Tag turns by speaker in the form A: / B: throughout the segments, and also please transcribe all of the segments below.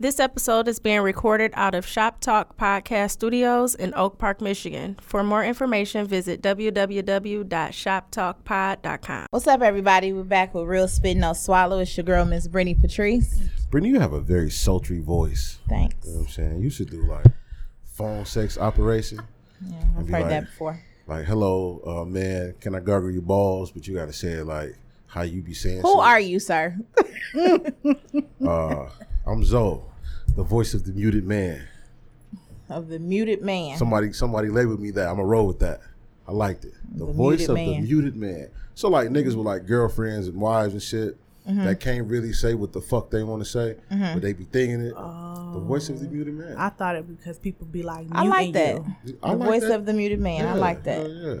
A: This episode is being recorded out of Shop Talk Podcast Studios in Oak Park, Michigan. For more information, visit www.shoptalkpod.com.
B: What's up, everybody? We're back with Real Spit No Swallow. It's your girl, Miss Brittany Patrice.
C: Brittany, you have a very sultry voice. You know
B: Thanks.
C: what I'm saying? You should do like phone sex operation.
B: Yeah, I've
C: be
B: heard
C: like-
B: that before.
C: Like, hello, uh, man, can I gargle your balls? But you got to say it like how you be saying
B: Who are you, sir?
C: Uh, I'm Zoe, the voice of the muted man.
B: of the muted man.
C: Somebody somebody labeled me that. I'm going to roll with that. I liked it. The,
B: The
C: voice
B: muted
C: of the
B: man.
C: muted man. So, like, niggas with like girlfriends and wives and shit
B: Mm-hmm.
C: that can't really say what the fuck they want to say, but they be thinking it.
B: Oh.
C: The voice of the muted man.
D: I thought it because people be like,
B: I
D: "You
B: like
D: and
B: that.
D: you."
C: I
B: the
C: like
B: voice
C: that.
B: of the muted man. I
C: Yeah,
B: like that.
C: hell yeah.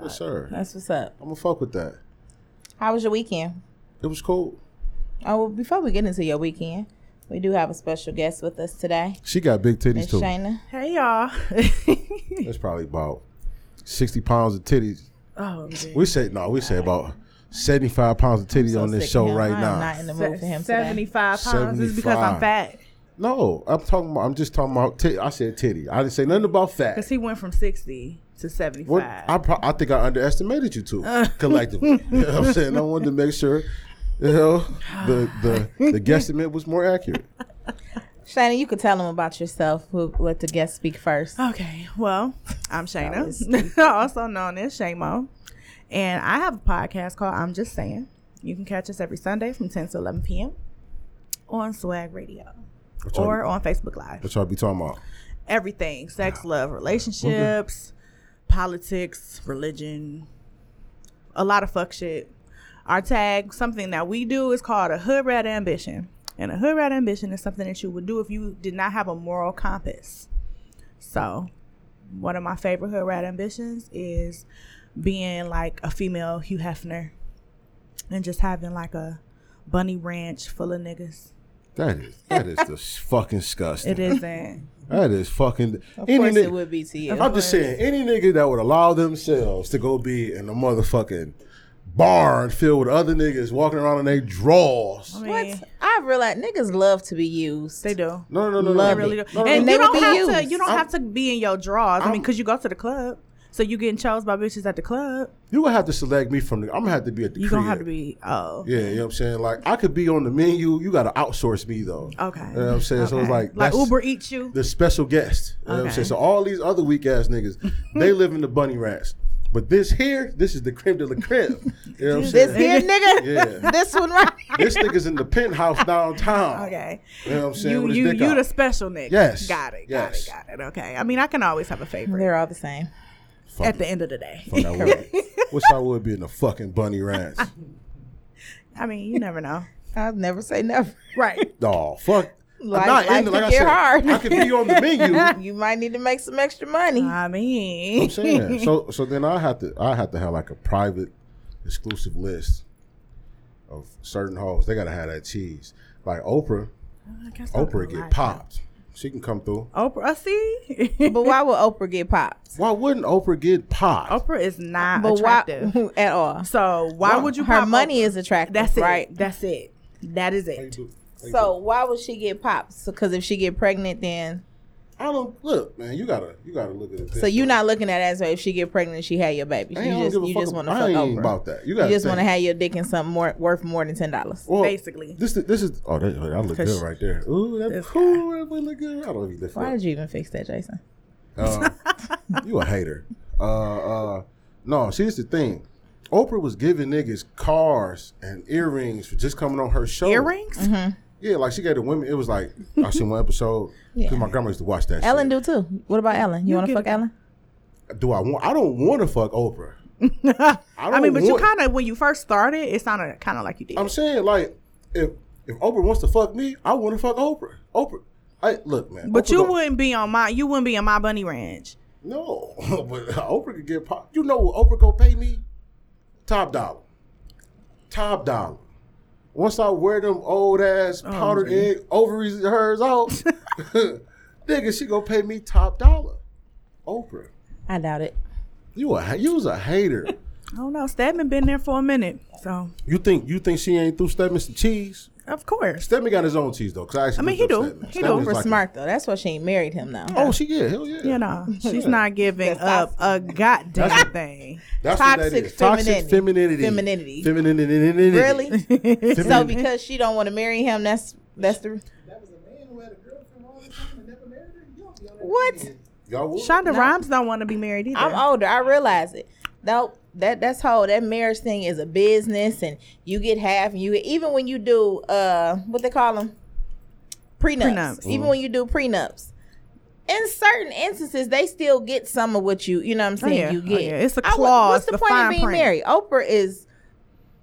C: Yes, sir.
B: That's what's up.
C: I'm gonna fuck with that.
B: How was your weekend?
C: It was cool.
B: Oh, well, before we get into your weekend, we do have a special guest with us today,
C: She got big titties
B: Miss
C: too.
B: Shayna.
D: Hey y'all.
C: That's probably about sixty pounds of titties.
D: oh, man.
C: We say no, we say about seventy five pounds of titties on this
B: Sick of
C: show
B: him.
C: right
B: I am
C: now.
B: Not in the mood for him today.
D: seventy-five pounds is because
C: 75.
D: I'm fat.
C: no, I'm talking. About, I'm just talking about. T- I said titty. I didn't say nothing about fat.
D: Because he went from sixty to seventy-five.
C: What, I, pro- I think I underestimated you two collectively. you know what I'm saying? I wanted to make sure, you know, the the the guesstimate was more accurate.
B: Shayna, you could tell him about yourself. We'll let the guest speak first.
D: Okay, well, I'm Shayna, also known as Shaymo, and I have a podcast called I'm Just Saying. You can catch us every Sunday from 10 to 11 p.m. on Swag Radio
C: What y'all,
D: or on Facebook Live.
C: what y'all be talking about?
D: Everything sex, love, relationships, politics, religion, a lot of fuck shit. Our tag, something that we do, is called a hood rat ambition. And a hood rat ambition is something that you would do if you did not have a moral compass. So, one of my favorite hood rat ambitions is being like a female Hugh Hefner and just having like a bunny ranch full of niggas.
C: That is that is just fucking disgusting.
D: It isn't.
C: That is fucking.
B: Of
C: any
B: course,
C: ni-
B: it would be to you.
C: I'm just saying, any nigga that would allow themselves to go be in a motherfucking barn filled with other niggas walking around in their drawers.
D: I mean,
B: What? I realize niggas love to be used.
D: They do.
C: No, no, no, no,
B: Love
C: no.
B: it.
D: They really do.
C: No, no, no.
D: and
B: They
D: you
B: would
D: don't
B: be
D: have to.
B: used.
D: You don't have to be in your drawers. I mean,
C: I'm-
D: because you go to the club, so you getting chose by bitches at the club.
C: You gonna have to select me from the. I'm gonna have to be at the.
D: You
C: crib.
D: gonna have to be. Oh,
C: Yeah, you know what I'm saying. Like I could be on the menu. You gotta outsource me though.
D: okay.
C: You know what I'm saying. So it's
D: Oh, Okay.
C: like
D: like
C: that's
D: Uber eats you.
C: the special guest. You know what I'm
D: Okay.
C: saying. So all these other weak ass niggas, they live in the bunny ranch. But this here, this is the creme de la creme. You know what I'm saying.
B: This here, nigga.
C: Yeah.
B: This one right.
C: this nigga's in the penthouse downtown.
D: Okay.
C: You know what I'm saying?
D: You
C: With his
D: you
C: dick
D: you
C: out.
D: the special nigga.
C: Yes.
D: Got it.
C: Yes.
D: Got it. Got it. Okay. I mean, I can always have a favorite
B: They're all the same.
C: Fuck
D: at the end of the day.
C: it. Fuck, I would. Wish I would be in the fucking bunny ranch.
D: I mean, you never know.
B: I'll never say never.
D: Right.
C: No, fuck.
B: Like-
C: Not in
B: life
C: the-
B: can get hard.
C: I could be on the menu. You know what
B: You might need to make some extra money.
D: I mean,
C: I'm saying so. So then I have to. I have to have like a private, exclusive list of certain hoes. They gotta have that cheese. Like Oprah.
D: I guess I'm
C: Oprah get
D: like-
C: popped. She can come through.
D: Oprah. uh, See,
B: but why would Oprah get popped?
C: Why wouldn't Oprah get popped?
D: Oprah is not
B: But
D: attractive.
B: why at all?
D: So why would you?
B: Her
D: pop
B: money
D: Oprah?
B: is attractive.
D: That's it.
B: right.
D: That's it. That is it.
B: So why would she get popped? Because if she get pregnant, then
C: I don't look, man. You gotta, you gotta look at it. this
B: so you're
C: way.
B: not looking at it as well. If she get pregnant, she had your baby.
C: I
B: You
C: don't
B: just
C: give a
B: you
C: fuck
B: just want to
C: ab- I
B: fuck
C: ain't
B: Oprah.
C: about that. You
B: You
C: gotta
B: just want to
C: think.
B: have your dick in something more worth more than ten dollars.
C: Well,
D: basically.
C: This this is oh that, that look
D: Cause-
C: good right there. Ooh, that
D: this
C: ooh, that boy look good. I don't even lift
B: Why
C: up.
B: did you even fix that, Jason?
C: Uh, you a hater. Uh, uh, no, see, it's the thing. Oprah was giving niggas cars and earrings for just coming on her show.
D: Earrings?
C: Yeah, like she gave the women. It was like I seen one episode.
B: Yeah.
C: 'cause my grandma used to watch that.
B: Ellen
C: shit.
B: do too. What about Ellen? You, want to
D: get
B: fuck
D: it.
B: Ellen?
C: do I want? I don't want to fuck Oprah. I,
D: I mean, but you
C: want-
D: kind of when you first started, it sounded kind of like you did.
C: I'm saying like if if Oprah wants to fuck me, I want to fuck Oprah. Oprah. I look, man.
D: but
C: Oprah
D: you
C: don't-
D: wouldn't be on my you wouldn't be in my bunny ranch.
C: No, but Oprah could get pop. You know what Oprah gonna pay me? Top dollar. Top dollar. Once I wear them old ass
D: Oh,
C: powdered egg ovaries of hers out, nigga, she gonna pay me top dollar. Oprah,
B: I doubt it.
C: you a ha- you was a hater.
D: I don't know. Stedman been there for a minute, so
C: You think you think she ain't through stepping some cheese?
D: Of course.
C: Stepman got his own cheese though, cause I actually.
D: I mean,
C: looked
D: he
C: up
D: do.
C: Stedman.
D: He do.
C: Stedman's
B: Super
C: like a-
B: smart though. That's why she ain't married him now.
C: Oh, she yeah, hell yeah.
D: You know, she's
C: Yeah.
D: not giving up a goddamn thing.
C: That's what that
B: toxic
C: is. Toxic femininity.
B: femininity. Femininity.
C: Femininity.
B: Really? so
C: Femininity.
B: because she don't want to marry him, that's that's the
E: That was a man who had a girlfriend all the time and never married her. You don't be on that.
B: what?
C: Y'all would?
D: Shonda Rhimes don't want to be married either.
B: I'm older. I realize it. Nope. That that's whole that marriage thing is a business, and you get half, and you get, even when you do uh what they call them prenups.
D: Prenups.
B: Even when you do prenups, in certain instances, they still get some of what you you know what I'm
D: Oh,
B: saying
D: yeah.
B: you
D: Oh,
B: get.
D: yeah. It's a
B: I wa-
D: clause,
B: what's the,
D: the
B: point
D: fine
B: of being
D: print.
B: married? Oprah is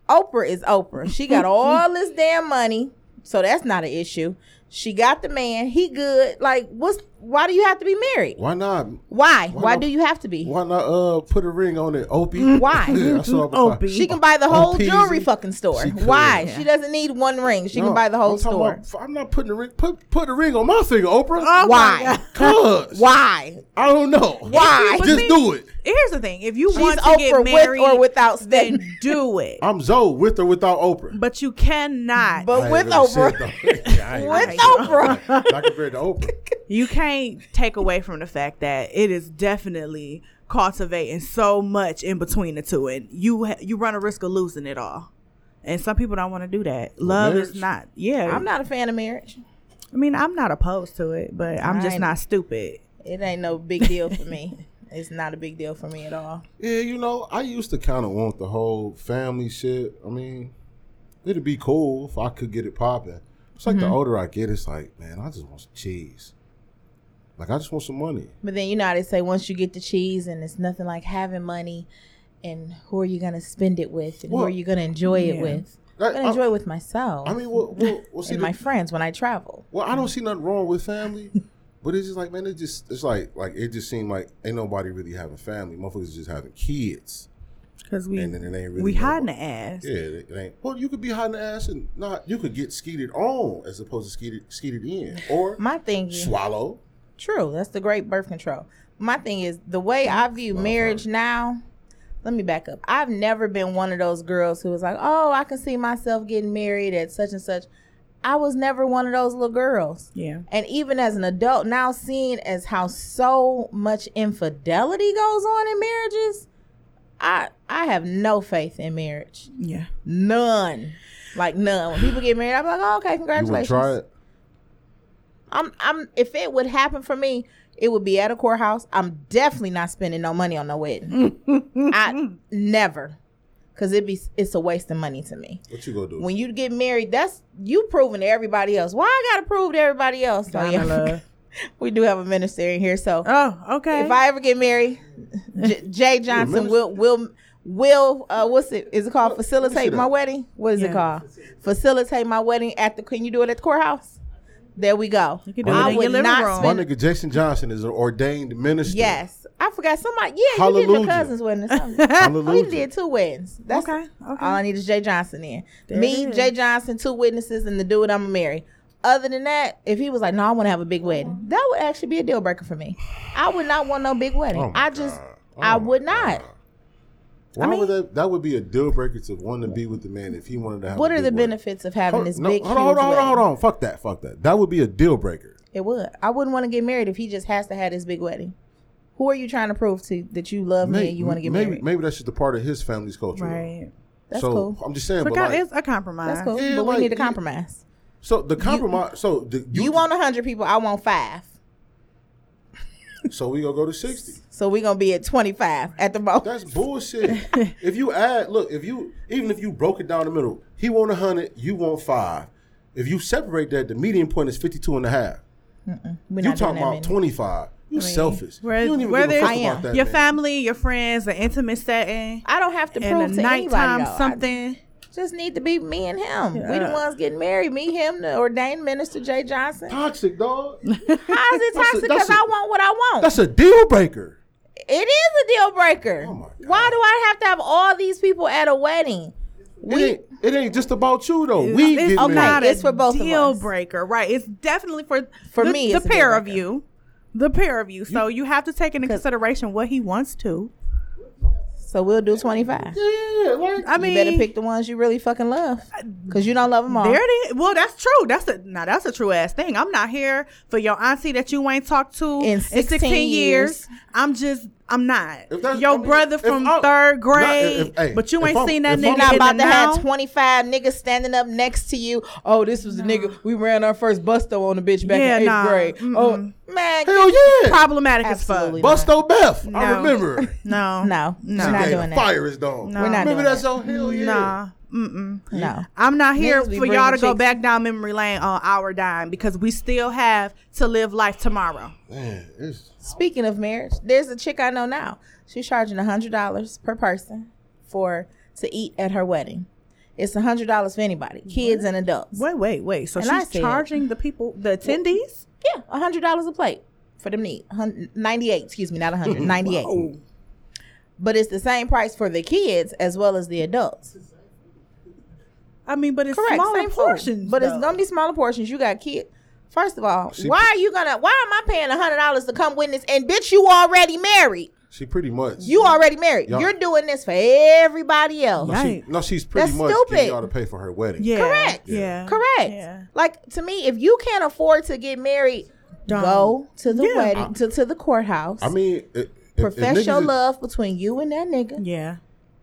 B: Oprah is Oprah. She got all this damn money, so that's not an issue. She got the man. He good. Like what's why do you have to be married?
C: Why not?
B: Why? Why,
C: not-
B: do you have to be?
C: Why not? Uh, put a ring on it, Opie.
B: Why?
C: Yeah, I saw it before.
D: Opie.
B: She can buy the whole
C: peasy.
B: jewelry fucking store.
C: She could.
B: Why?
C: Yeah.
B: She doesn't need one ring. She
C: No,
B: can buy the
C: I'm
B: whole
C: talking
B: store.
C: about- I'm not putting a ring. Put put a ring on my finger, Oprah.
D: Oh my
B: Why?
D: God.
C: Cause
B: Why?
C: I don't know.
B: Why?
C: Just
D: But
C: do it.
D: Here's the thing: if you
B: She's
D: want to
B: Oprah
D: get
B: with
D: married
B: or without
D: then
B: Stedman.
D: do it.
C: I'm Zoe with or without Oprah.
D: But you cannot.
B: But with Oprah. With
C: with
B: Oprah.
C: Not compared to Oprah.
D: you can't take away from the fact that it is definitely cultivating so much in between the two, and you ha- you run a risk of losing it all. And some people don't want to do that. Love is
C: marriage-
D: not. Yeah,
B: I'm not a fan of marriage.
D: I mean, I'm not opposed to it, but I'm just
B: Right.
D: not stupid.
B: It ain't no big deal for me. It's not a big deal for me at all.
C: Yeah, you know, I used to kind of want the whole family shit. I mean, it'd be cool if I could get it popping. It's like the
B: Mm-hmm.
C: older I get, it's like, man, I just want some cheese. Like, I just want some money.
B: But then you know how they say once you get the cheese and it's nothing like having money and who are you gonna spend it with and who
C: Well,
B: are you gonna enjoy it
D: yeah.
B: with?
C: Like,
B: I'm gonna
C: I,
B: enjoy it with myself
C: I mean, well, well, well, see,
B: and
C: the-
B: my friends when I travel.
C: well, I don't see nothing wrong with family, but it's just like, man, it just, it's like, like it just seemed like ain't nobody really having family. Motherfuckers just having kids,
D: Because we
C: and then it ain't really
D: we
C: no-
D: hiding the ass.
C: Yeah, it it ain't. Well, you could be hot in the ass and not. You could get skeeted on as opposed to skeeted skeeted in, or
B: My thing is
C: swallow.
B: True. That's the great birth control. My thing is the way I view marriage now. Let me back up. I've never been one of those girls who was like, "Oh, I can see myself getting married at such and such." I was never one of those little girls.
D: Yeah.
B: And even as an adult, now seeing as how so much infidelity goes on in marriages, I I have no faith in marriage.
D: Yeah.
B: None. Like none. When people get married, I'm like, oh, okay,
C: You would
B: congratulations.
C: try it.
B: I'm I'm if it would happen for me, it would be at a courthouse. I'm definitely not spending no money on no wedding. I never. Cause it be it's a waste of money to me.
C: What you gonna do?
B: When you get married, that's you proving to everybody else. Why I gotta prove to everybody else? Oh, yeah. we do have a minister in here, so
D: Oh, okay.
B: if I ever get married, J- Jay Johnson
C: minister.
B: will will will uh, what's it? Is it called
C: see
B: facilitate
C: that.
B: my wedding? What is
D: Yeah.
B: it called? Facilitate my wedding at the. Can you do it at the courthouse? There we go.
D: You can do
B: I
D: it in
B: would
D: your living
B: not
D: room.
C: My
B: spend-
C: nigga Jason Johnson is an ordained minister.
B: Yes, I forgot somebody. Yeah, you did
C: Hallelujah.
B: your cousin's wedding. Or something. oh,
C: Hallelujah.
B: you did two weddings. That's
D: Okay, okay.
B: All I need is Jay Johnson in.
D: There
B: Me,
D: it is.
B: Jay Johnson, two witnesses, and the dude I'm gonna marry. Other than that, if he was like, "No, I want to have a big wedding," that would actually be a deal breaker for me. I would not want no big wedding.
C: Oh my
B: I just,
C: God.
B: I
C: Oh my
B: would not.
C: God. Why would that? That would be a deal breaker to want to be with the man if he wanted to have.
B: What
C: a
B: are
C: big
B: the
C: wedding.
B: benefits of having
C: Hold,
B: this
C: no,
B: big?
C: hold on,
B: huge
C: hold on, hold on, hold
B: wedding?
C: on. Fuck that, fuck that. That would be a deal breaker.
B: It would. I wouldn't want to get married if he just has to have this big wedding. Who are you trying to prove to that you love me and you want to get
C: maybe,
B: married?
C: Maybe that's just a part of his family's culture. though.
D: right.
B: That's
C: so
B: cool.
C: I'm just saying,
D: But
C: but
D: God,
C: like,
D: it's a compromise.
B: That's cool,
C: Yeah,
B: but
C: like,
B: we need to
C: you-
B: compromise.
C: so the compromise. so the,
B: You, want want hundred people, I want five.
C: So we gonna go to sixty.
B: So we're gonna be at twenty five at the most.
C: That's bullshit. if you add, look, if you even if you broke it down the middle, he want a hundred, you want five. If you separate that, the median point is 52 and a half.
B: We're
C: You
B: not doing
C: talking
B: that
C: about
B: many.
C: 25. You selfish.
D: Where-
C: you don't even
D: where
C: give a fuck
D: there's-
B: I am.
C: about that.
D: Your
C: man.
D: family, your friends, an intimate setting,
B: I don't have to
D: and a
B: prove to anybody.
D: nighttime
B: Though. Something.
D: something.
B: just need to be me and him. We the
D: Yeah.
B: ones getting married. Me, him, the ordained minister Jay Johnson. How
C: Toxic, dog.
B: is it
C: That's a-
B: toxic?
C: that's
B: Because
C: a-
B: I want what I want.
C: That's a deal breaker.
B: It is a deal breaker.
C: Oh my God.
B: Why do I have to have all these people at a wedding?
C: it, ain't, it ain't just about you, though. We
D: it's
C: get
D: not
C: married.
D: a
B: It's for both of
D: deal
B: us.
D: breaker, right? It's definitely for
B: For
D: the,
B: me,
D: the
B: it's a deal
D: pair of
B: breaker.
D: you, the pair of you. So you have to take into consideration what he wants to.
B: So we'll do 25.
C: Yeah, like
D: I
B: you
D: mean,
B: better pick the ones you really fucking love because you don't love them all.
D: There it is. Well, that's true. That's a now that's a true ass thing. I'm not here for your auntie that you ain't talked to
B: In 16 years.
D: I'm just I'm not.
C: If that's-
D: Your
C: I mean,
D: brother
C: if
D: from
C: I'm- not-
D: third
C: if-
D: grade,
C: if- hey,
D: but you
C: if
D: ain't
C: I'm-
D: seen
C: if
D: that nigga
B: You're
C: I'm
B: not
D: in
B: about
D: the
B: to
D: now.
B: have 25 niggas standing up next to you. Oh, this was the nigga we ran our first busto on the bitch back
D: Yeah,
B: in eighth
D: nah.
B: grade.
D: Mm-mm.
B: Oh, man.
C: Hell yeah.
D: problematic as fuck.
B: Absolutely not.
C: Busto Beth. I
D: No.
C: remember. her.
D: No,
B: No,
D: no,
B: we're not
C: Gave
B: doing that.
C: Fire is dog.
D: No. We're not
C: Remember
B: doing
C: that song? Hell yeah.
D: nah. Mm-mm.
B: No.
D: I'm not here
B: Niggas be
D: for y'all to
B: bringing
D: go
B: chicks-
D: back down memory lane on our dime because we still have to live life tomorrow.
C: Man, it's
B: Speaking of marriage, there's a chick I know now. She's charging $100 per person for to eat at her wedding. It's $100 for anybody, kids and adults.
D: Wait, wait, wait. So
B: And I
D: she's
B: said-
D: charging the people, the attendees.
B: Yeah, $100 a plate for them to eat. Hun- 98, excuse me, not 100, 98. But it's the same price for the kids as well as the adults.
D: I mean, but it's
B: Correct,
D: smaller
B: same food,
D: portions.
B: but it's
D: though.
B: gonna be smaller portions. You got kids. First of all,
C: She-
B: why are you gonna? Why am I paying hundred dollars to come witness? And bitch, you already married.
C: she pretty much.
B: You already married.
C: Yup.
B: You're doing this for everybody else.
C: no, she,
D: Right.
C: no, she's pretty
B: That's
C: much
B: stupid.
C: getting y'all to pay for her wedding.
D: Yeah.
B: Correct.
D: Yeah.
B: Correct.
D: Yeah.
B: Like to me, if you can't afford to get married,
D: Don't.
B: go to the
D: Yeah.
B: wedding to, to the courthouse.
C: I mean, i- if- if
B: profess your
C: niggas is-
B: love between you and that nigga,
D: Yeah.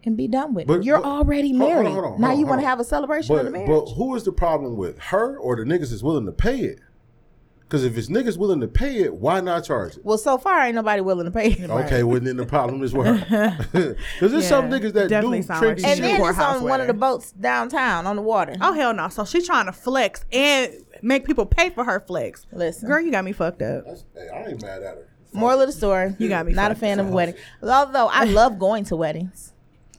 B: and be done with
C: But-
B: it. You're
C: but-
B: already
C: hold on,
B: married.
C: hold on,
B: now
C: hold
B: you
C: on,
B: want to
C: hold on.
B: have a celebration of the
C: But,
B: marriage.
C: but who is the problem with her or the niggas is willing to pay it? Because if it's niggas willing to pay it, why not charge it?
B: well, so far ain't nobody willing to pay.
C: Okay, well then the problem is with her. Because there's some
D: Yeah,
C: niggas that
D: definitely
C: do
D: sound
C: trendy
D: like
B: And
D: she-
C: shit.
B: then it's
D: Courthouse
B: on one of the
D: wedding.
B: boats downtown on the water.
D: Oh hell no! So she's trying to flex and make people pay for her flex.
B: Listen.
D: girl, you got me fucked up.
C: That's- hey, I ain't mad at her.
B: Moral of the story. You
D: got me
B: Not a
D: fucked
B: fan of wedding. Although I love going to weddings.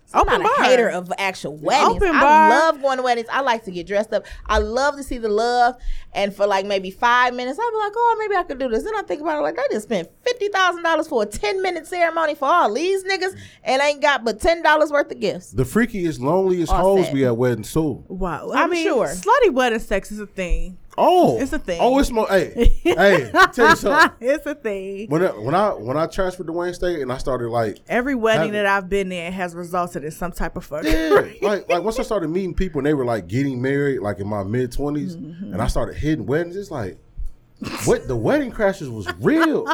B: So I'm
D: Open
B: not
D: bar.
B: a hater of actual weddings.
D: Open
B: I
D: bar.
B: love going to weddings. I like to get dressed up. I love to see the love. And for like maybe five minutes, I'll be like, oh, maybe I could do this. Then I think about it like, I just spent $50,000 for a 10 minute ceremony for all these niggas and ain't got but $10 worth of gifts.
C: The freakiest, loneliest
B: All
C: hoes
B: set.
C: be at weddings too.
D: Wow.
B: I'm sure.
D: slutty wedding sex is a thing.
C: Oh,
D: It's a thing.
C: Oh, it's more. Hey, hey, tell you something.
D: it's a thing.
C: When I, when I when I transferred to Wayne State and I started like
D: Every wedding
C: Have-
D: that I've been in has resulted in some type of fuck.
C: Yeah, like like once I started meeting people and they were like getting married, like in my mid 20s
D: Mm-hmm.
C: and I started hitting weddings. It's like, what the wedding crashes was real.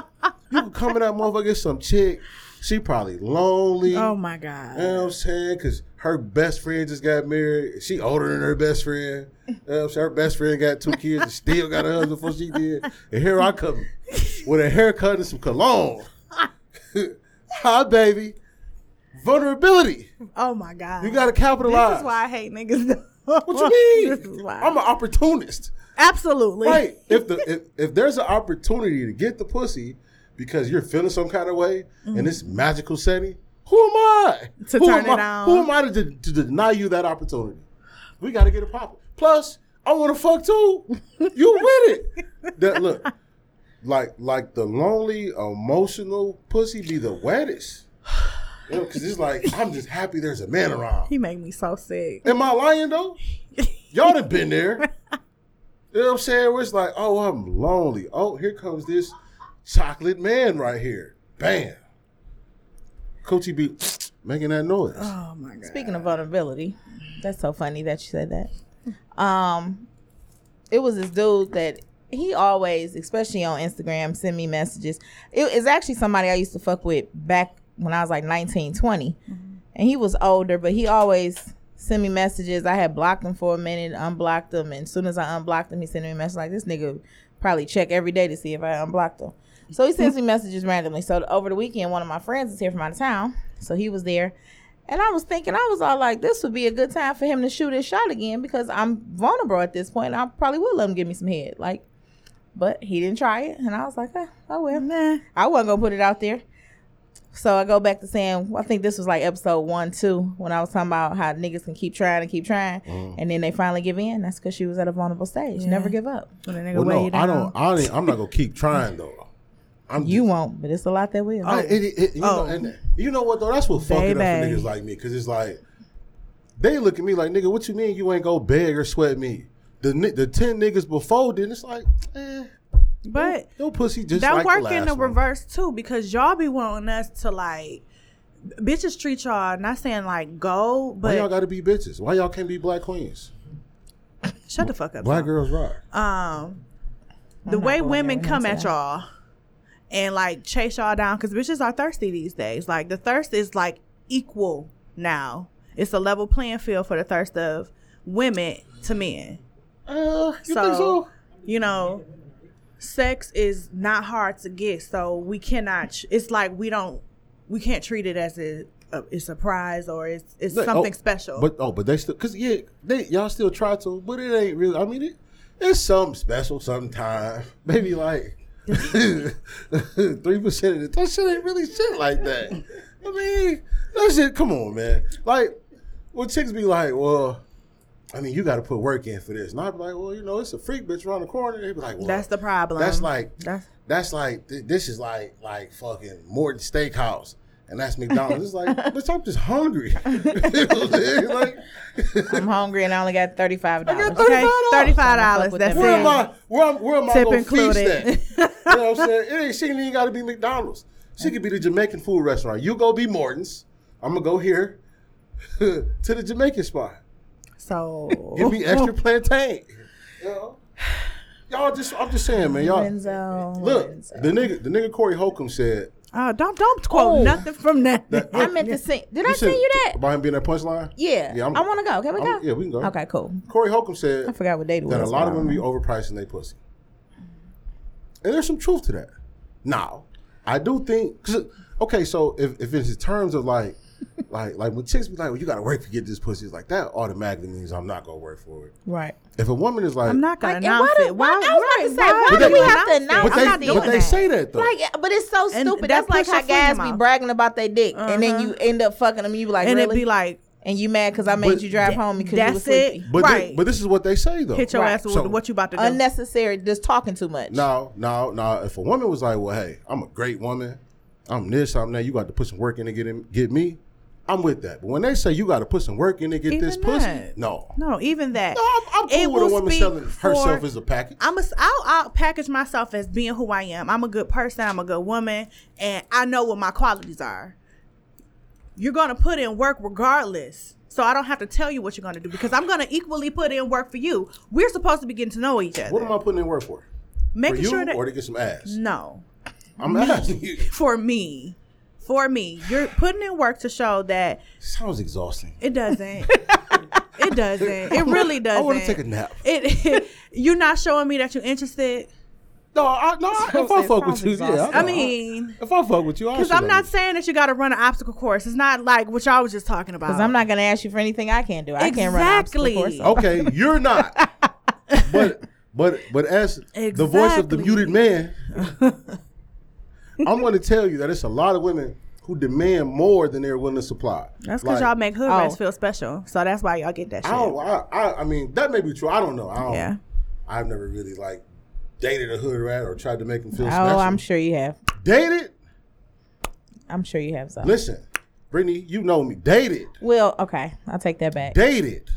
C: you could come in that motherfucker get some chick. She probably lonely.
D: Oh my
C: You
D: god.
C: know what I'm saying? Cause her best friend just got married. She older than her best friend. You know what I'm saying? Her best friend got two kids and still got a husband before she did. And here I come with a haircut and some cologne. Hi, baby. Vulnerability.
D: Oh my god.
C: You gotta capitalize.
D: This is why I hate niggas. What
C: What you
D: this is
C: mean?
D: why.
C: I'm an opportunist.
D: Absolutely.
C: Right. If the if, if there's an opportunity to get the pussy because you're feeling some kind of way in this magical setting, who am I?
D: Mm. To
C: who
D: turn
C: am
D: it
C: I,
D: down.
C: Who am I to, de- to deny you that opportunity? We gotta get it proper. Plus, I wanna fuck too. You with it. That look, like like the lonely, emotional pussy be the wettest. You know, cause it's like I'm just happy there's a man around.
D: He make me so sick.
C: Am I lying though? Y'all done been there. You know what I'm saying? Where it's like, oh, I'm lonely. Oh, here comes this chocolate man right here. Bam. Coochie be making that noise.
D: Oh my god.
B: Speaking of vulnerability, that's so funny that you said that. Um, it was this dude that he always, especially on Instagram, send me messages. It is actually somebody I used to fuck with back when I was like 19, 20. And he was older, but he always send me messages. I had blocked him for a minute, unblocked him, and as soon as I unblocked him, he sent me a message like this nigga probably check every day to see if I unblocked him. So he sends me messages randomly. So over the weekend, one of my friends is here from out of town. So he was there. And I was thinking, I was all like, this would be a good time for him to shoot his shot again because I'm vulnerable at this point. I probably would let him give me some head. Like, but he didn't try it. And I was like, eh, oh, well.
D: Nah.
B: I wasn't gonna put it out there. So I go back to saying, I think this was like episode one, two, when I was talking about how niggas can keep trying and keep trying,
C: Mm.
B: and then they finally give in. That's because she was at a vulnerable stage. Never give up.
D: When a nigga
C: well,
D: weigh
C: no,
D: you
C: I
D: down.
C: don't. I ain't, I'm not gonna keep trying though. I'm
B: You
C: just-
B: won't, but it's a lot that will.
C: I, it, it- it- you, know,
D: Oh.
C: and you know what though? That's what fuck it up for
D: Baby.
C: niggas like me. Cause it's like they look at me like, nigga, what you mean you ain't go beg or sweat me? The ni- the ten niggas before then, it's like, eh,
D: But
C: your pussy just
D: that
C: like
D: work
C: the
D: in
C: last
D: the
C: one.
D: reverse too because y'all be wanting us to like bitches treat y'all. Not saying like gold,
C: Why y'all
D: but
C: got to be bitches? Why y'all can't be black queens?
D: shut the fuck up.
C: Black
D: y'all.
C: girls rock.
D: Um, the
B: not
D: way
B: going
D: women
B: there. We
D: come
B: know
D: at
B: that.
D: y'all and like chase y'all down because bitches are thirsty these days. Like the thirst is like equal now. It's a level playing field for the thirst of women to men.
C: Uh, you
D: so,
C: think so?
D: You know, sex is not hard to get, so we cannot. tr- It's like we don't, we can't treat it as a, a it's a prize or it's it's
C: Look,
D: something
C: oh,
D: special.
C: But oh, but they still because yeah, they y'all still try to, but it ain't really. I mean, it, it's something special sometime. Maybe like three percent of it. That shit ain't really shit like that. I mean, that shit. Come on, man. Like, well, chicks be like, well. I mean, you got to put work in for this. And I'd be like, well, you know, it's a freak bitch around the corner. They'd be like, well,
D: that's the problem.
C: That's like that's,
D: That's-
C: like th- this is like like fucking Morton Steakhouse. And that's McDonald's. It's like, bitch, I'm just hungry. You know what I'm saying? like,
B: I'm hungry and I only got thirty five dollars.
C: thirty-
D: okay,
C: $35.
D: thirty five dollars.
B: with
D: That's
B: that
D: it.
C: where am I? Where am, where am I
D: Tip
C: going to feast
D: included.
C: at? You know what I'm saying? It ain't. She ain't even got to be McDonald's. She could be the Jamaican food restaurant. You go be Morton's. I'm gonna go here to the Jamaican spot.
D: So
C: Give me extra plantain. You know? Y'all just, I'm just saying, man. Y'all
B: Lorenzo,
C: look.
B: Lorenzo.
C: The nigga, the nigga Corey Holcomb said
D: Oh, don't don't quote
B: Oh.
D: nothing from that.
B: I meant to sing. Did I
C: said
B: sing you that?
C: About him being at punchline?
B: Yeah.
C: Yeah, I'm-
B: I want to go. Can we
C: I'm-
B: go?
C: yeah, we can go.
B: Okay, cool.
C: Corey Holcomb said
B: I forgot what date it was.
C: that a lot
B: but
C: of
B: I
C: women be
B: don't
C: overpricing their pussy. And there's some truth to that. Now, I do think 'cause it- okay, so if, if it's in terms of like like like when chicks be like, Well, you gotta work to get this pussy, it's like that automatically means I'm not gonna work for it.
B: know. right.
C: If a woman is like
D: I'm
B: Like,
D: not gonna
B: and
D: announce
B: why do-
D: it.
B: why- I was about to say, why
C: do
D: would
C: we
D: you
B: have to
D: announce it?
B: announce
C: but
B: I'm
C: they
B: not doing
C: but they say that though.
B: Like, yeah, but it's so
D: And
B: stupid.
D: that
B: That's like
D: puts
B: how
D: your freedom
B: guys be
D: out.
B: bragging about their dick, and then you end up fucking them. You be like,
D: and
B: really?
D: it'd be like,
B: and you mad because I made
C: But-
B: you drive home because you was
D: that's it.
B: sleepy.
C: but thi-
D: right.
C: but this is what they say though.
D: Hit your
B: Right.
D: ass with
C: So-
D: what you about to do.
B: Unnecessary, just talking too much.
C: Now, now, now, if a woman was like, "Well, hey, I'm a great woman, I'm this, I'm that," you got to put some work in to get him, get me. I'm with that. But when they say you got to put some work in to get this
D: Even
C: pussy,
D: that.
C: no, no,
D: no, even that.
C: I'm, I'm
D: It
C: cool with a
D: will
C: woman
D: speak
C: selling
D: for-
C: herself as a package.
D: I'm a, I'll, I'll package myself as being who I am. I'm a good person. I'm a good woman, and I know what my qualities are. You're gonna put in work regardless, so I don't have to tell you what you're gonna do because I'm gonna equally put in work for you. We're supposed to be getting to know each other,
C: what am I putting in work for? For
D: making
C: you
D: sure that
C: or to get some ass?
D: no,
C: I'm asking you.
D: for me, for me, you're putting in work to show that
C: Sounds exhausting.
D: It doesn't. it doesn't. It really
C: I
D: doesn't.
C: wanna take a nap.
D: It, you're not showing me that you're interested.
C: No, I, no. I, if I
B: Sounds-
C: fuck with
B: sounds
C: you, yeah.
B: exhausting.
D: I mean,
C: if I fuck with you,
D: because I'm not saying that you got to run an obstacle course. It's not like what y'all was just talking about.
B: Because I'm not gonna ask you for anything I can't do. I can't run an obstacle
D: Exactly.
B: course.
D: Oh,
C: Okay, you're not. but but but as the voice of the
D: Exactly.
C: muted man, I'm going to tell you that it's a lot of women who demand more than they're willing to supply.
D: That's
C: Like,
D: because y'all make hood rats
B: oh.
D: feel special. So that's why y'all get that shit.
C: I don't. I, I, I mean, that may be true. I don't know. I don't,
D: Yeah.
C: I've never really like dated a hood rat or tried to make them feel
B: Oh,
C: special.
B: I'm sure you have.
C: dated.
B: I'm sure you have some.
C: Listen, Brittany, you know me. Dated,
B: Well, okay, I'll take that back.
C: dated,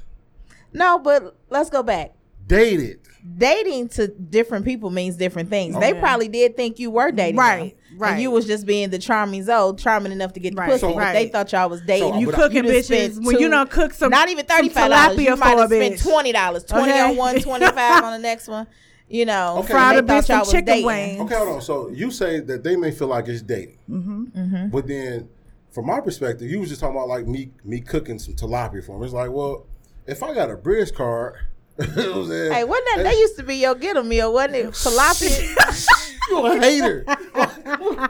B: No, but let's go back.
C: dated.
B: dating to different people means different things.
C: Oh,
B: They
D: Yeah.
B: probably did think you were dating,
D: Right,
B: them.
D: right.
B: And you was just being the charming Zoe, charming enough to get the
D: Right,
B: pussy.
D: so-
B: but they
D: right.
B: thought y'all was dating.
C: So
D: You
C: But I-
D: cooking
B: you done spent
D: bitches when you
B: two-
D: don't cook some
B: not even
D: some
B: thirty five dollars.
D: tilapia
B: You might
D: for a
B: have spent
D: bitch.
B: twenty dollars, twenty
D: Okay.
B: on one, twenty five on the next one. You know,
C: Okay.
B: and
C: Fried
B: they
C: a
B: thought
D: bitch some
B: y'all was
D: chicken
B: dating.
D: wings.
C: Okay, hold on. So you say that they may feel like it's dating,
B: Mm-hmm.
C: but then from my perspective, you was just talking about like me me cooking some tilapia for him. It's like, well, if I got a bridge card, you know what I'm saying?
B: Hey, wasn't that, that used to be your get a meal, wasn't it? Tilapia.
C: you a hater?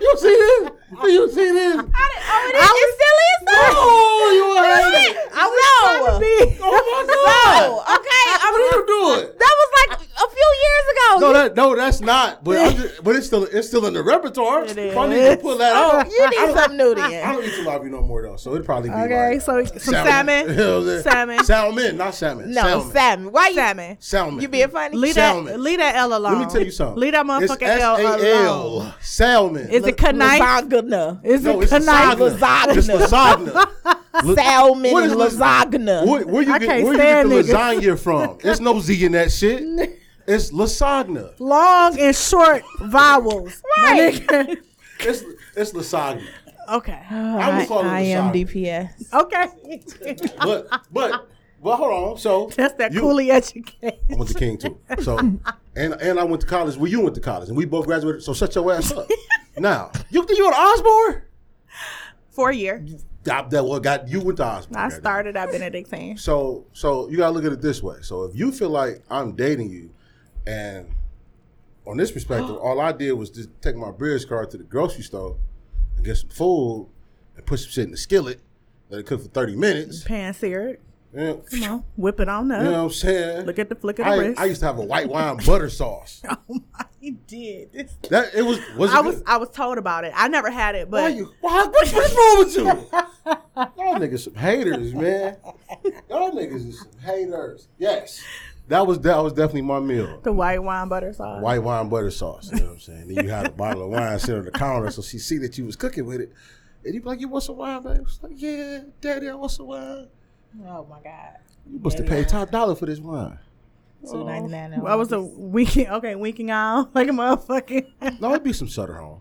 C: you see this? You see this?
B: oh, it, is, it still is.
C: Oh, you a hater?
B: I was
C: Oh
B: Okay, I'm,
C: my god! What are you doing?
B: that was like a few years ago.
C: No, that no, that's not. But I'm just, but it's still it's still in the repertoire. If I need to pull that out,
B: Oh, you need something new then.
C: I don't eat tilapia no more though, so it'd probably be
D: Okay,
C: like,
D: so some salmon.
C: You know what I'm saying?
D: Salmon.
C: salmon, not salmon.
B: No, salmon.
C: salmon.
B: Why you
D: Salmon.
C: Salmon.
B: you being funny?
D: Leave that,
C: Salmon.
D: leave that L alone.
C: Let me tell you something.
D: Leave that motherfucking
C: it's
D: L
C: S-A-L,
D: alone.
C: Salmon.
D: Is it canite?
B: Lasagna. No.
D: Is
C: no,
D: it
C: it's
D: canite?
C: lasagna. It's lasagna.
B: Salmon
C: What
B: and
C: is
B: lasagna.
C: Where, where you
D: I
C: get,
D: can't
C: where you get the
D: stand
C: lasagna from? There's no Z in that shit. It's lasagna.
D: long and short vowels. my
B: Right.
D: nigga.
C: It's it's lasagna.
D: Okay.
C: I would call it
B: I
C: a
B: am
C: shower.
B: DPS.
D: Okay.
C: But but but hold on. So
D: That's that
C: you-
D: coolie education.
C: I went to King too. So and and I went to college. Well, you went to college, and we both graduated. So shut your ass up. now you think you went to Osborne?
D: For a year.
C: That, that what got you went to Osborne.
D: I
C: goddamn.
D: started at Benedictine.
C: So so you gotta look at it this way. So if you feel like I'm dating you, and on this perspective, all I did was just take my bridge card to the grocery store and get some food and put some shit in the skillet, let it cook for thirty minutes.
D: Pan seared.
C: Yeah. You know
D: Whip it on up.
C: what I'm saying?
D: Look at the flick of the
C: I,
D: wrist.
C: I used to have a white wine butter sauce.
D: oh my, he did. This-
C: That it was was it
D: I was
C: good?
D: I was told about it. I never had it,
C: Why
D: but
C: you? Why, what's, what's wrong with you? Y'all niggas some haters, man. Y'all niggas is some haters. Yes, that was that was definitely my meal.
D: the white wine butter sauce.
C: White wine butter sauce. You know what I'm saying? Then you had a bottle of wine sitting on the counter, so she see that you was cooking with it, and you be like, "You want some wine, babe?" She's like, "Yeah, daddy, I want some wine."
B: Oh my god.
C: You must have paid top dollar for this wine. Oh.
B: Two ninety nine.
D: I was a winking. Okay, winking out like a motherfucking.
C: No, it'd be some Sutter Home.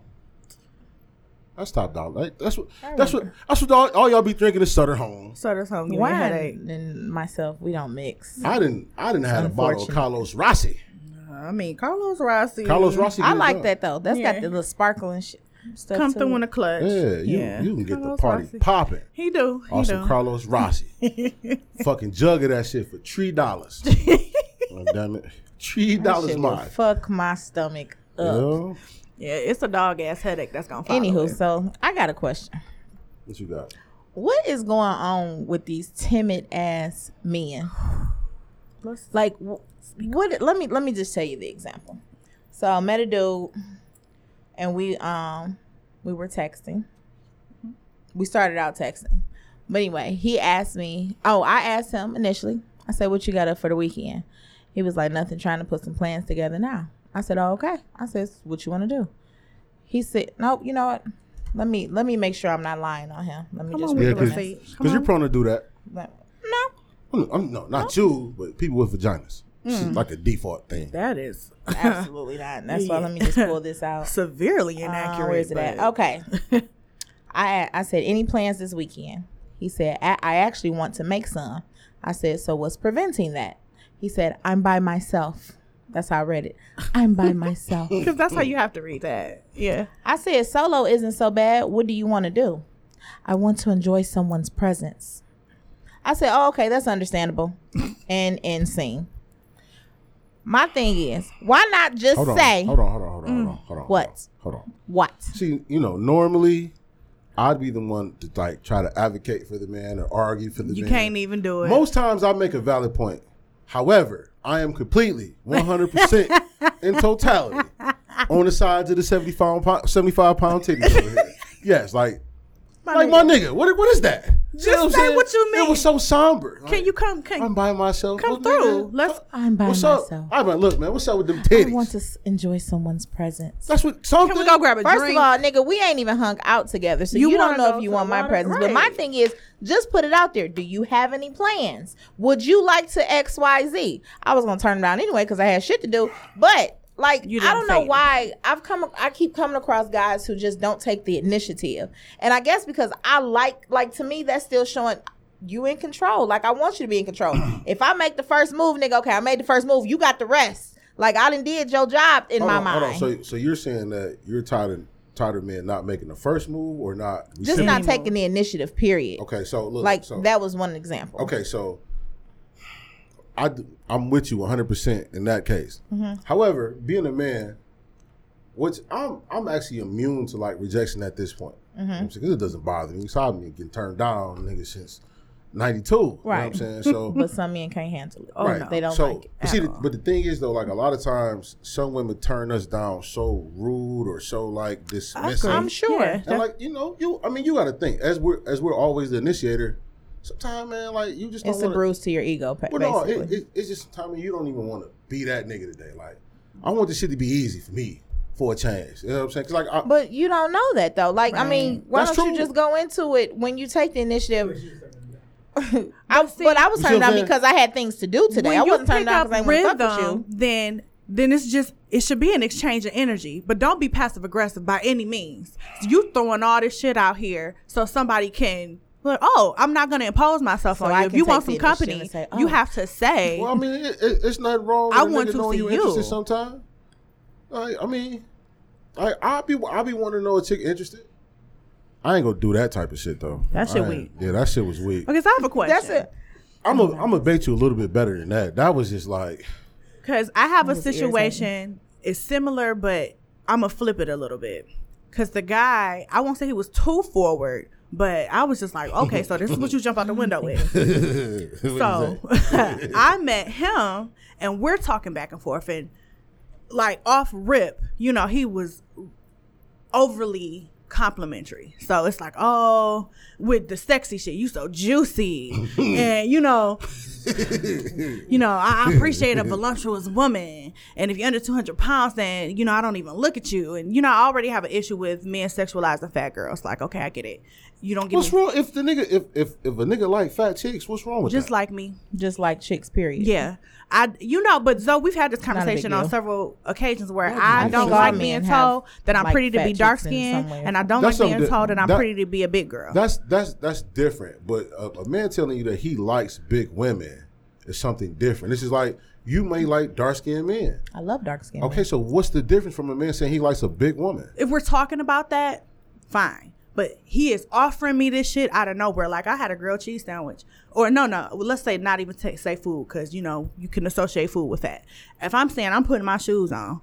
C: That's top dollar. Like, That's what. That's what. That's what all, all y'all be drinking is Sutter Home.
D: so this home giving headache.
B: wine and myself. We don't mix.
C: I didn't. I didn't have a bottle of
B: Unfortunate.
C: Carlos Rossi.
D: I mean, Carlos Rossi.
C: Carlos Rossi.
B: Mm-hmm. I
C: did it
B: like
C: up.
B: that though. That's
D: Yeah.
B: got the little sparkling sh- stuff.
D: come
B: to
D: through
B: it.
D: in the clutch.
C: Yeah, you you can get
D: Carlos
C: the party
D: Rossi.
C: popping.
D: He do. He
C: Also,
D: do.
C: Carlos Rossi, fucking jug of that shit for three dollars. oh, damn it, three dollars
B: Shit will
C: mine.
B: Fuck my stomach up.
C: Yeah.
D: yeah, it's a dog ass headache that's gonna. Follow
B: Anywho,
D: it.
B: so I got a question.
C: What you got?
B: What is going on with these timid ass men?
D: Let's-
B: Like, wh- what? Let me let me just tell you the example. So I met a dude, and we um we were texting. We started out texting, but anyway, he asked me. Oh, I asked him initially. I said, "What you got up for the weekend?" He was like, "Nothing. Trying to put some plans together now." I said, "Oh, okay." I said, "What you want to do?" He said, "Nope. You know what? Let me let me make sure I'm not lying on him. Let me
D: Come
B: just
D: on with
C: Yeah,
D: the
C: because
D: receipt. Come
C: you're
D: on.
C: prone to do that.
B: But no,
C: I'm- I'm- no, not you, but people with vaginas. It's
D: Mm.
C: like a default thing.
D: that is
B: absolutely not. That's why
D: Yeah.
B: let me just pull this out.
D: severely
B: Uh,
D: inaccurate.
B: where is it at?
D: but-
B: Okay. I I said any plans this weekend. He said I, I actually want to make some. I said so. What's preventing that? He said I'm by myself. That's how I read it. I'm by myself.
D: Because that's how you have to read that. Yeah.
B: I said solo isn't so bad. What do you want to do? I want to enjoy someone's presence. I said, oh, okay, that's understandable and insane. My thing is, why not just
C: Hold on,
B: say
C: hold on, hold on, hold
D: Mm.
C: on, hold on, hold on.
B: What?
C: Hold on.
B: what?
C: See, you know, normally I'd be the one to like try to advocate for the man or argue for the
D: You
C: man.
D: can't even do it.
C: Most times I make a valid point. However, I am completely 100% in totality on the sides of the 75 pound, 75 pound titties over here. Yes, like, like my nigga, what, what is that? Just
D: say what you mean.
C: It was so somber.
D: Can you come? Can
C: I'm by myself.
D: come
C: Look,
D: through?
C: nigga, Uh,
D: Let's.
B: I'm by
C: What's
B: myself.
C: up? I'm like, look, man, what's up with them
B: I
C: titties?
B: want to s- enjoy someone's presence.
C: That's what something.
D: Can we go grab a
B: First
D: drink?
B: of all, nigga, we ain't even hung out together, so
D: You
B: you, don't
D: wanna
B: know
D: go
B: if you
D: to
B: want my
D: water-
B: presence. But my
D: right.
B: thing is, just put it out there. Do you have any plans? Would you like to X Y Z? I was gonna turn them down anyway because I had shit to do. But like,
D: You
B: I
D: didn't
B: don't know
D: say
B: why I've come. I keep coming across guys who just don't take the initiative, and I guess because I like, like to me, that's still showing. You in control. Like I want you to be in control. if I make the first move, nigga, okay, I made the first move. You got the rest. Like I done did your job in
C: Hold
B: my
C: on,
B: mind.
C: Hold on. So, so you're saying that you're tired of, tired of men not making the first move or not?
B: just not
D: Anymore.
B: taking the initiative period
C: Okay, so look.
B: like
C: so,
B: that was one example
C: Okay, so I d- I'm with you 100 percent in that case.
B: Mm-hmm.
C: However, being a man, which I'm I'm actually immune to like rejection at this point. You
B: Mm-hmm.
C: know what I'm saying? 'Cause it doesn't bother me. It's how I've been getting turned down, nigga, since '92.
B: Right.
C: You know what I'm saying? So
B: but some men can't handle it
D: Right. no.
B: they don't
C: Oh, so,
B: like it
C: but
B: at
C: see, the,
B: all.
C: but the thing is though, like a lot of times, some women turn us down so rude or so like dismissive.
B: I'm sure.
D: Yeah,
C: And like you know, you I mean, you got to think as we're as we're always the initiator. Sometimes, man, like you just don't
B: it's a
C: wanna-
B: bruise to your ego pa-
C: well, no,
B: basically
C: it, it, it's just time you don't even want to be that nigga today. Like, I want this shit to be easy for me for a change. You know what I'm saying? 'Cause, like, I,
B: but you don't know that though like i mean why
C: That's
B: don't you
C: true.
B: just go into it when you take the initiative I, but
D: see-
B: I was
C: You see
B: turned
C: what I'm
B: down
C: saying?
B: because I had things to do today.
D: when
B: I
D: you
B: wasn't
D: pick
B: turned down
D: up
B: because I didn't want to fuck with
D: rhythm,
B: you.
D: then then it's just it should be an exchange of energy. But don't be passive aggressive by any means. You throwing all this shit out here so somebody can. Well, oh, I'm not gonna impose myself
B: So
D: on
B: I
D: you. If
B: can
D: you want some
B: take the initiative
D: company,
B: and say,
D: you
B: oh.
D: have to say.
C: Well, I mean, it, it, it's not wrong.
D: I
C: when a
D: want
C: nigga
D: to
C: know
D: see
C: you.
D: you.
C: Interested sometime. Like, I mean, I I be I be wanting to know a chick interested. I ain't gonna do that type of shit though.
D: That shit
C: I ain't-
D: weak.
C: Yeah, that shit was weak.
D: Okay, so I have a question.
B: That's it.
C: I'm a, I'm gonna bait you a little bit better than that. That was just like
D: Because I have a
B: It's irritating.
D: situation. It's similar, but I'm going to flip it a little bit. Because the guy, I won't say he was too forward, but I was just like, okay, so this is what you jump out the window with.
C: what is
D: So
C: that?
D: I met him and we're talking back and forth. And like off rip, you know, he was overly complimentary. So it's like, oh, with the sexy shit, you so juicy. and you know, you know, I, I appreciate a voluptuous woman. And if you're under 200 pounds, then, you know, I don't even look at you. And, you know, I already have an issue with men sexualizing fat girls. Like, okay, I get it. You don't give
C: what's
D: me
C: wrong if the nigga if if if a nigga like fat chicks? What's wrong with
D: just
C: that?
D: like me.
B: Just like chicks, period.
D: Yeah, I you know, but Zoe, we've had this
B: a big
D: conversation on
B: deal.
D: several occasions where I,
B: I
D: don't
B: think all
D: like
B: men
D: being
B: have,
D: told that I'm
B: like,
D: pretty to
B: fat
D: be
B: chicks
D: dark
B: in
D: skinned,
B: some way.
D: and I don't
C: That's
D: like
C: something
D: being
C: that-
D: told that I'm
C: that-
D: pretty to be a big girl.
C: That's that's that's different. But a, a man telling you that he likes big women is something different. This is like you may like dark skinned men.
B: I love dark skin.
C: Okay, so what's the difference from a man saying he likes a big woman?
D: if we're talking about that, fine. But he is offering me this shit out of nowhere. Like I had a grilled cheese sandwich, or no, no. well, Let's say not even ta say food, because you know you can associate food with that. If I'm saying I'm putting my shoes on,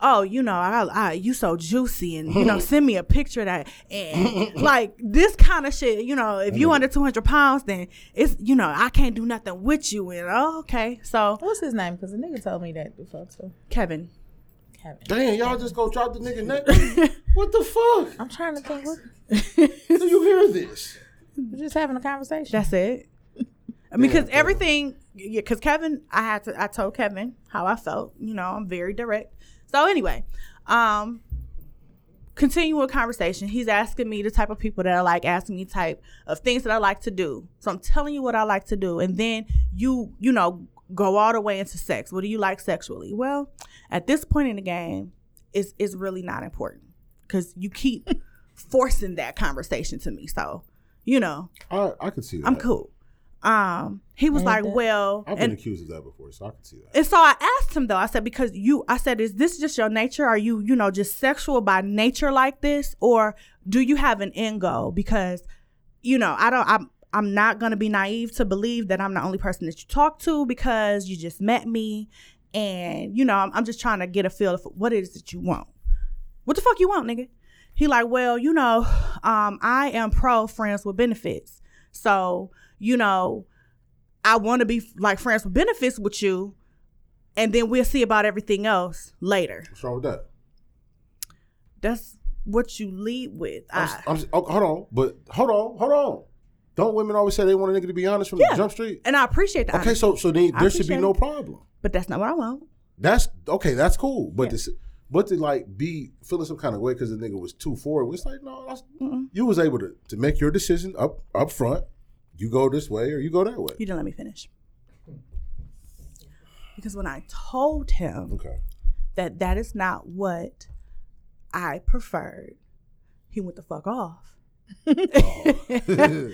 D: oh, you know, I, I you so juicy, and you know, send me a picture of that, and like this kind of shit. You know, if you under 200 pounds, then it's you know I can't do nothing with you. And oh, okay, so
B: What's his name? Because the nigga told me that before too.
D: Kevin,
B: Kevin.
C: Damn, y'all just go drop the nigga neck. what the fuck?
B: I'm trying to think. What,
C: Do you hear this?
B: we're just having a conversation.
D: That's it. I mean, because everything, yeah, because Kevin, I had to, I told Kevin how I felt. You know, I'm very direct. So anyway, um, continuing conversation, he's asking me the type of people that I like, asking me type of things that I like to do. So I'm telling you what I like to do, and then you, you know, go all the way into sex. What do you like sexually? Well, at this point in the game, it's it's really not important because you keep forcing that conversation to me. So, you know,
C: I, I could see that.
D: I'm cool. Um, he was
B: And
D: like,
B: that-
D: well,
C: I've been
D: and,
C: accused of that before, so I can see that.
D: and so I asked him though. I said, because you, I said, is this just your nature? Are you, you know, just sexual by nature like this, or do you have an end goal? Because, you know, I don't. I'm I'm not gonna be naive to believe that I'm the only person that you talk to because you just met me, and you know, I'm, I'm just trying to get a feel of what it is that you want. What the fuck you want, nigga? He like, well, you know, um, I am pro friends with benefits. So, you know, I want to be like friends with benefits with you, and then we'll see about everything else later.
C: What's wrong with that?
D: That's what you lead with.
C: I'm, s-
D: I-
C: I'm s- oh, hold on, but hold on, hold on. Don't women always say they want a nigga to be honest from
D: Yeah.
C: the jump street?
D: and I appreciate that,
C: Okay, so so then
D: I
C: there should be
D: appreciate
C: no
D: it.
C: problem.
D: but that's not what I want.
C: That's okay. That's cool, but
D: Yeah.
C: this, but to like be feeling some kind of way because the nigga was too forward. It's like no, that's, you was able to, to make your decision up up front. You go this way or you go that way.
D: You didn't let me finish. Because when I told him
C: Okay.
D: that that is not what I preferred, he went the fuck off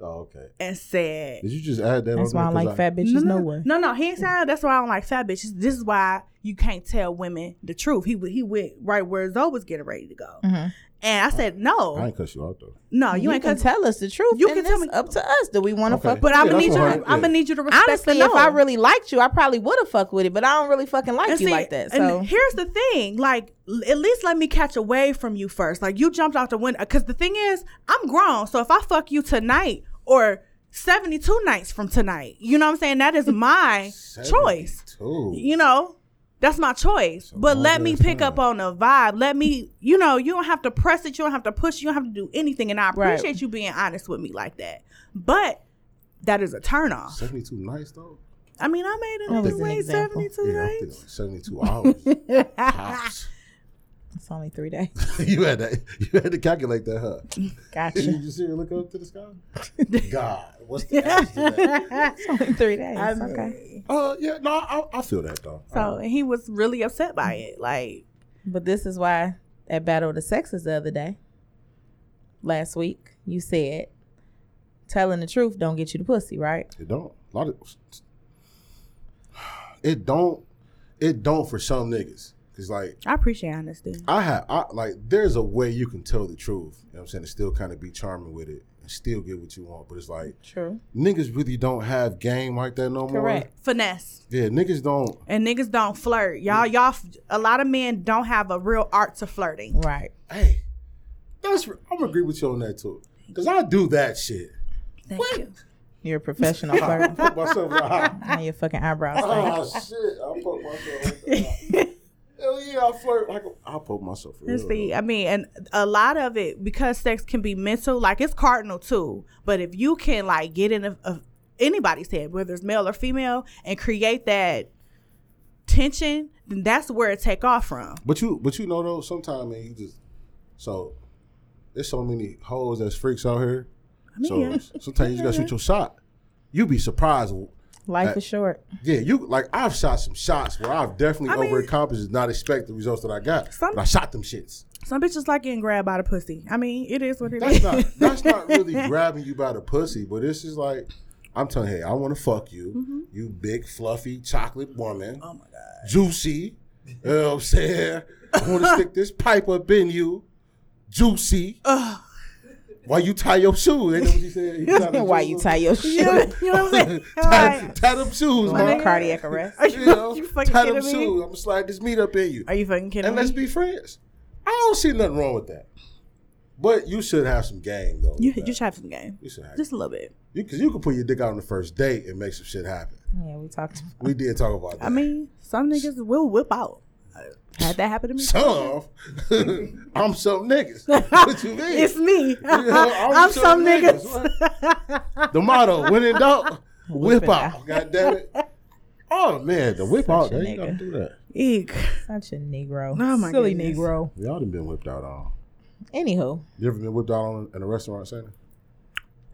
C: Oh, okay.
D: and said,
C: Did you just add that?
B: That's why
C: on
B: I
C: there?
B: like
C: 'Cause
B: fat bitches. No,
D: no,
B: way.
D: No, no, he ain't saying that's why I don't like fat bitches. This is why you can't tell women the truth. He w- he went right where Zoe was getting ready to go, and I said no,
C: I ain't cuss Mm-hmm. you out though.
D: no, Oh, you,
B: You,
D: ain't
B: can
D: can
B: tell us the truth.
D: You
B: and
D: can tell
B: it's
D: me-
B: Up to us. Do we want to
C: Okay.
B: fuck?
D: But
B: But
D: I'm
C: Yeah,
D: gonna
C: that's
D: need you.
C: what I-
D: I'm gonna
C: yeah.
D: need you to respect
B: honestly,
D: the no.
B: if I really liked you, I probably would have fucked with it. But I don't really fucking like
D: And
B: you
D: see,
B: like that.
D: and
B: So
D: here's the thing: like, l- at least let me catch away from you first. Like, you jumped out the window because the thing is, I'm grown. So if I fuck you tonight or 72 nights from tonight, you know what I'm saying? That is my choice.
C: Too.
D: you know that's my choice but
C: all
D: let me
C: good
D: pick up on the vibe let me you know you don't have to press it you don't have to push you don't have to do anything and i
B: Right.
D: appreciate you being honest with me like that but that is a turnoff
C: Seventy-two nights though.
D: i mean i made it
B: That was
D: another
B: an
D: way
B: example.
D: 72
C: Yeah, I'm
D: right
C: thinking like seventy-two hours. Tops.
B: It's only three days.
C: you had to you had to calculate that, huh?
B: Gotcha.
C: Did you see her look up to the sky? God, what's the answer to that?
B: it's only three days. okay.
C: Uh, yeah, no, I, I feel that though.
D: So and he was really upset by it. Like
B: But this is why at Battle of the Sexes the other day, last week, you said telling the truth don't get you the pussy, right?
C: It don't. A lot of it don't. It don't for some niggas. Cause like
D: I appreciate honesty.
C: I have, I like. There's a way you can tell the truth. You know what I'm saying? And still kind of be charming with it, and still get what you want. But it's like
B: True.
C: niggas really don't have game like that no more.
B: Correct.
D: Finesse.
C: Yeah, niggas don't.
D: And niggas don't flirt. Y'all y'all f- a lot of men don't have a real art to flirting.
B: Right.
C: Hey, that's. I'm gonna agree with you on that too. Cause I do that shit.
D: Thank you.
B: You're a professional
C: I
B: flirt.
C: put myself in the hot.
B: and your fucking eyebrows. thing.
C: Oh shit! I poke myself. in the eye. Hell yeah, I flirt. Like I poke myself. For
D: Let's
C: real,
D: see. I mean, and a lot of it because sex can be mental. Like it's cardinal too. But if you can like get in a, a, anybody's head, whether it's male or female, and create that tension, then that's where it take off from.
C: But you, but you know though, sometimes man, you just so there's so many hoes that's freaks out here. so
D: yeah.
C: sometimes you just gotta shoot your shot. You be surprised.
B: Life is short.
C: Yeah, you like I've shot some shots where I've definitely
D: mean-
C: overaccomplished, and not expect the results that I got.
D: Some-
C: but I shot them shits.
D: Some bitches like getting grabbed by the pussy. I mean, it is what it is.
C: That's not that's not really grabbing you by the pussy, but this is like I'm telling you, hey, I want to fuck you,
D: Mm-hmm.
C: you big fluffy chocolate woman. Oh my god, juicy. You know what I'm saying? I want to stick this pipe up in you, juicy. Why you tie your shoes? Ain't that what you said? You tie them
B: Why
C: shoes
B: you
C: up.
B: tie your
D: you, know,
B: shoe?
D: you know what I'm saying?
C: tie,
D: Like,
C: tie them shoes,
B: on
C: man.
B: a cardiac arrest.
D: are
C: You
D: you,
C: know,
D: you fucking
C: tie them
D: kidding
C: shoes.
D: me?
C: I'm gonna slide this meat up in you,
D: Are you fucking kidding
C: and
D: me?
C: let's be friends. I don't see nothing wrong with that, but you should have some game though.
D: you,
C: with
D: you
C: that.
D: should have some game,
C: you should have
D: just a little bit.
C: You because you can put your dick out on the first date and make some shit happen.
B: Yeah, we talked.
C: We did talk about that.
D: I mean, some niggas will whip out. I Had that happen to me?
C: some. I'm some niggas. What you mean?
D: It's me.
C: You know,
D: I'm, some niggas.
C: What? The motto: When in doubt, whip
B: it out.
C: out. God damn it. Oh man, the whip out.
B: a
C: They ain't gotta
B: nigga.
C: do that.
D: Eek.
B: Such a Negro.
D: Oh, my
B: Silly
D: goodness.
B: Negro.
C: Y'all done been whipped out on.
B: Anywho,
C: You ever been whipped out on in a restaurant, Santa?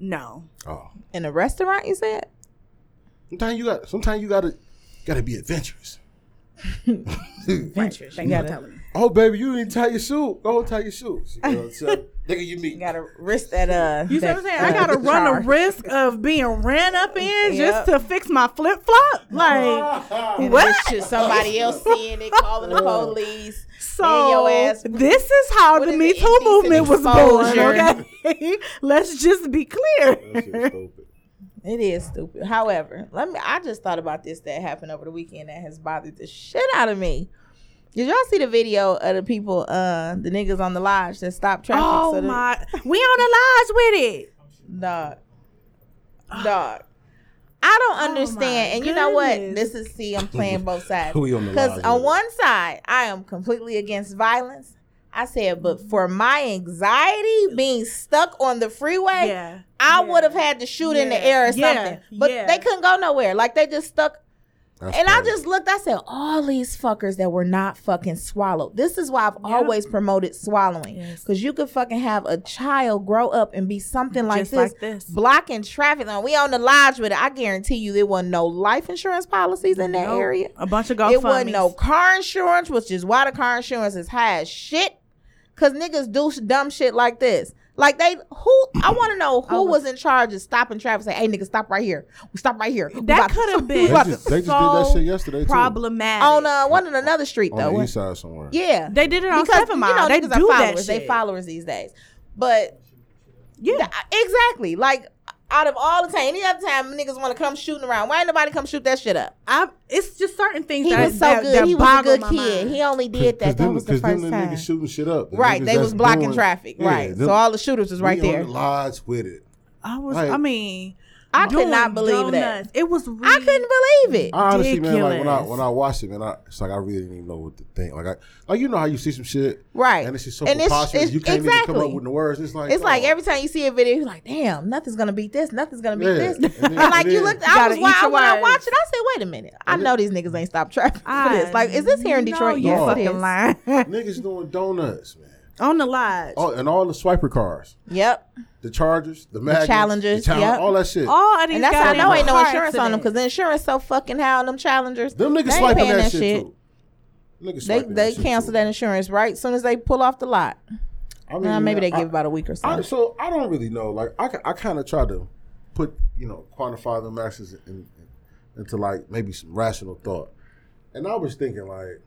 D: No.
C: Oh,
B: in a restaurant, you said?
C: sometimes you got. Sometimes you gotta gotta be adventurous.
B: Venture. You gotta,
C: Oh baby, you didn't tie your shoe. Go tie your shoes. You know what I'm saying? Nigga, you meet.
B: you gotta risk that. Uh,
D: You see what I'm saying? I gotta run a risk of being ran up
B: Yep.
D: in just to fix my flip flop. Like
B: What? Oh.
D: What?
B: somebody else seeing it, calling the police. In
D: so.
B: your ass.
D: This is how
B: What
D: the
B: is
D: Me
B: it?
D: Too movement was born.
B: Indecent
D: Okay, let's just be
C: That shit
D: clear.
C: stupid.
B: It is stupid. However, let me. I just thought about this that happened over the weekend that has bothered the shit out of me. Did y'all see the video of the people, uh, the niggas on the lodge that stopped traffic?
D: Oh
B: so the-
D: my, we on the lodge with it.
B: dog, dog. I don't understand.
D: Oh my
B: and you know what?
D: goodness.
B: This is see, I'm playing both sides.
C: Who we on the
B: Because
C: lodge
B: on
C: with?
B: one side, I am completely against violence. I said, but
D: Mm-hmm.
B: for my anxiety being stuck on the freeway,
D: Yeah.
B: I would have had to shoot in the
D: Yeah.
B: air or
D: Yeah.
B: something. But
D: Yeah.
B: they couldn't go nowhere. Like they just stuck.
C: That's
B: and I
C: crazy.
B: just looked, I said, all these fuckers that were not fucking swallowed. This is why I've always promoted swallowing.
D: Yes.
B: Because you could fucking have a child grow up and be something like,
D: Just
B: this,
D: like this.
B: blocking traffic. And we on the lodge with it. I guarantee you there wasn't no life insurance policies in that
D: Nope.
B: area.
D: A bunch of golf.
B: It wasn't no car insurance, which is why the car insurance is high as shit. Cause niggas do sh- dumb shit like this. Like they who I want to know
D: Oh.
B: who was in charge of stopping traffic. Say, hey nigga, stop right here. We stop right here. We about
D: That
B: to-
D: could have
B: we
D: been
B: about
C: They just-
B: to-
C: they just did that shit yesterday, too.
D: Problematic.
B: on uh, one on another street
C: on
B: though.
C: the east side somewhere.
B: Yeah,
D: They did it on Seven Mile. They
B: niggas are
D: do that
B: followers. They
D: shit.
B: followers these days, but
D: yeah.
B: Th- Exactly. Like out of all the time, any other time niggas want to come shooting around. Why ain't nobody come shoot that shit up?
D: I, it's just certain things
B: He
D: that,
B: was so
D: that,
B: good.
D: that
B: he was a
D: boggle
B: good
D: my
B: kid.
D: mind.
B: He only did that. That
C: them-
B: was the
C: them
B: first
C: the
B: time.
C: niggas shooting shit up. The
B: Right.
C: niggas
B: They was
C: that's
B: blocking
C: doing-
B: traffic.
C: Yeah,
B: right.
C: them-
B: so all the shooters was
C: we
B: right
C: on
B: there.
C: the Lodge with it.
D: I was.
C: Like-
D: I mean,
B: I could not
D: doing
B: believe that.
D: donuts. It was.
B: I couldn't believe it.
C: I honestly, man, like when I
D: Ridiculous.
C: when I watched it, man, I, it's like I really didn't even know what to think. Like I, like you know how you see some shit,
B: Right.
C: And it's just so
B: And it's-
C: preposterous.
B: it's-
C: you can't even come
B: exactly.
C: up with the words. It's like
B: It's like
C: oh.
B: every time you see a video, you're like, damn, nothing's gonna beat this, nothing's gonna beat
C: Yeah.
B: this.
C: And then-
B: And like
C: and
B: you
C: then-
B: looked,
D: You
B: I
D: gotta
B: was
D: eat
B: wild
D: your
B: when I
D: words.
B: watched it. I said, wait a minute, I know these niggas ain't stopped traffic for this. Like, is this here in
D: know
B: Detroit?
D: you
B: Yes, it
D: fucking
B: is.
D: lying.
C: niggas doing donuts, man.
D: On the lodge.
C: Oh, and all the swiper cars,
B: Yep.
C: the Chargers, the Magnums,
B: Challengers,
C: the Challen-
B: yep.
C: all that shit.
D: All of these
B: And that's how I
D: gotta
B: know
D: be
B: ain't no
D: car
B: insurance on them because
D: accidents.
B: the insurance so fucking high on them challengers.
C: Them
B: They
C: niggas
B: ain't
C: swiping
B: paying
C: that, shit, too. Niggas
B: They
C: swiping
B: they
C: that shit,
B: cancel
C: too.
B: that insurance right soon as they pull off the lot.
C: I mean,
B: Nah, maybe
C: man,
B: they
C: I-
B: give about a week or so.
C: I, so I don't really know. Like I, ki- I kind of try to put you know quantify the masses in, in, into like maybe some rational thought, and I was thinking like,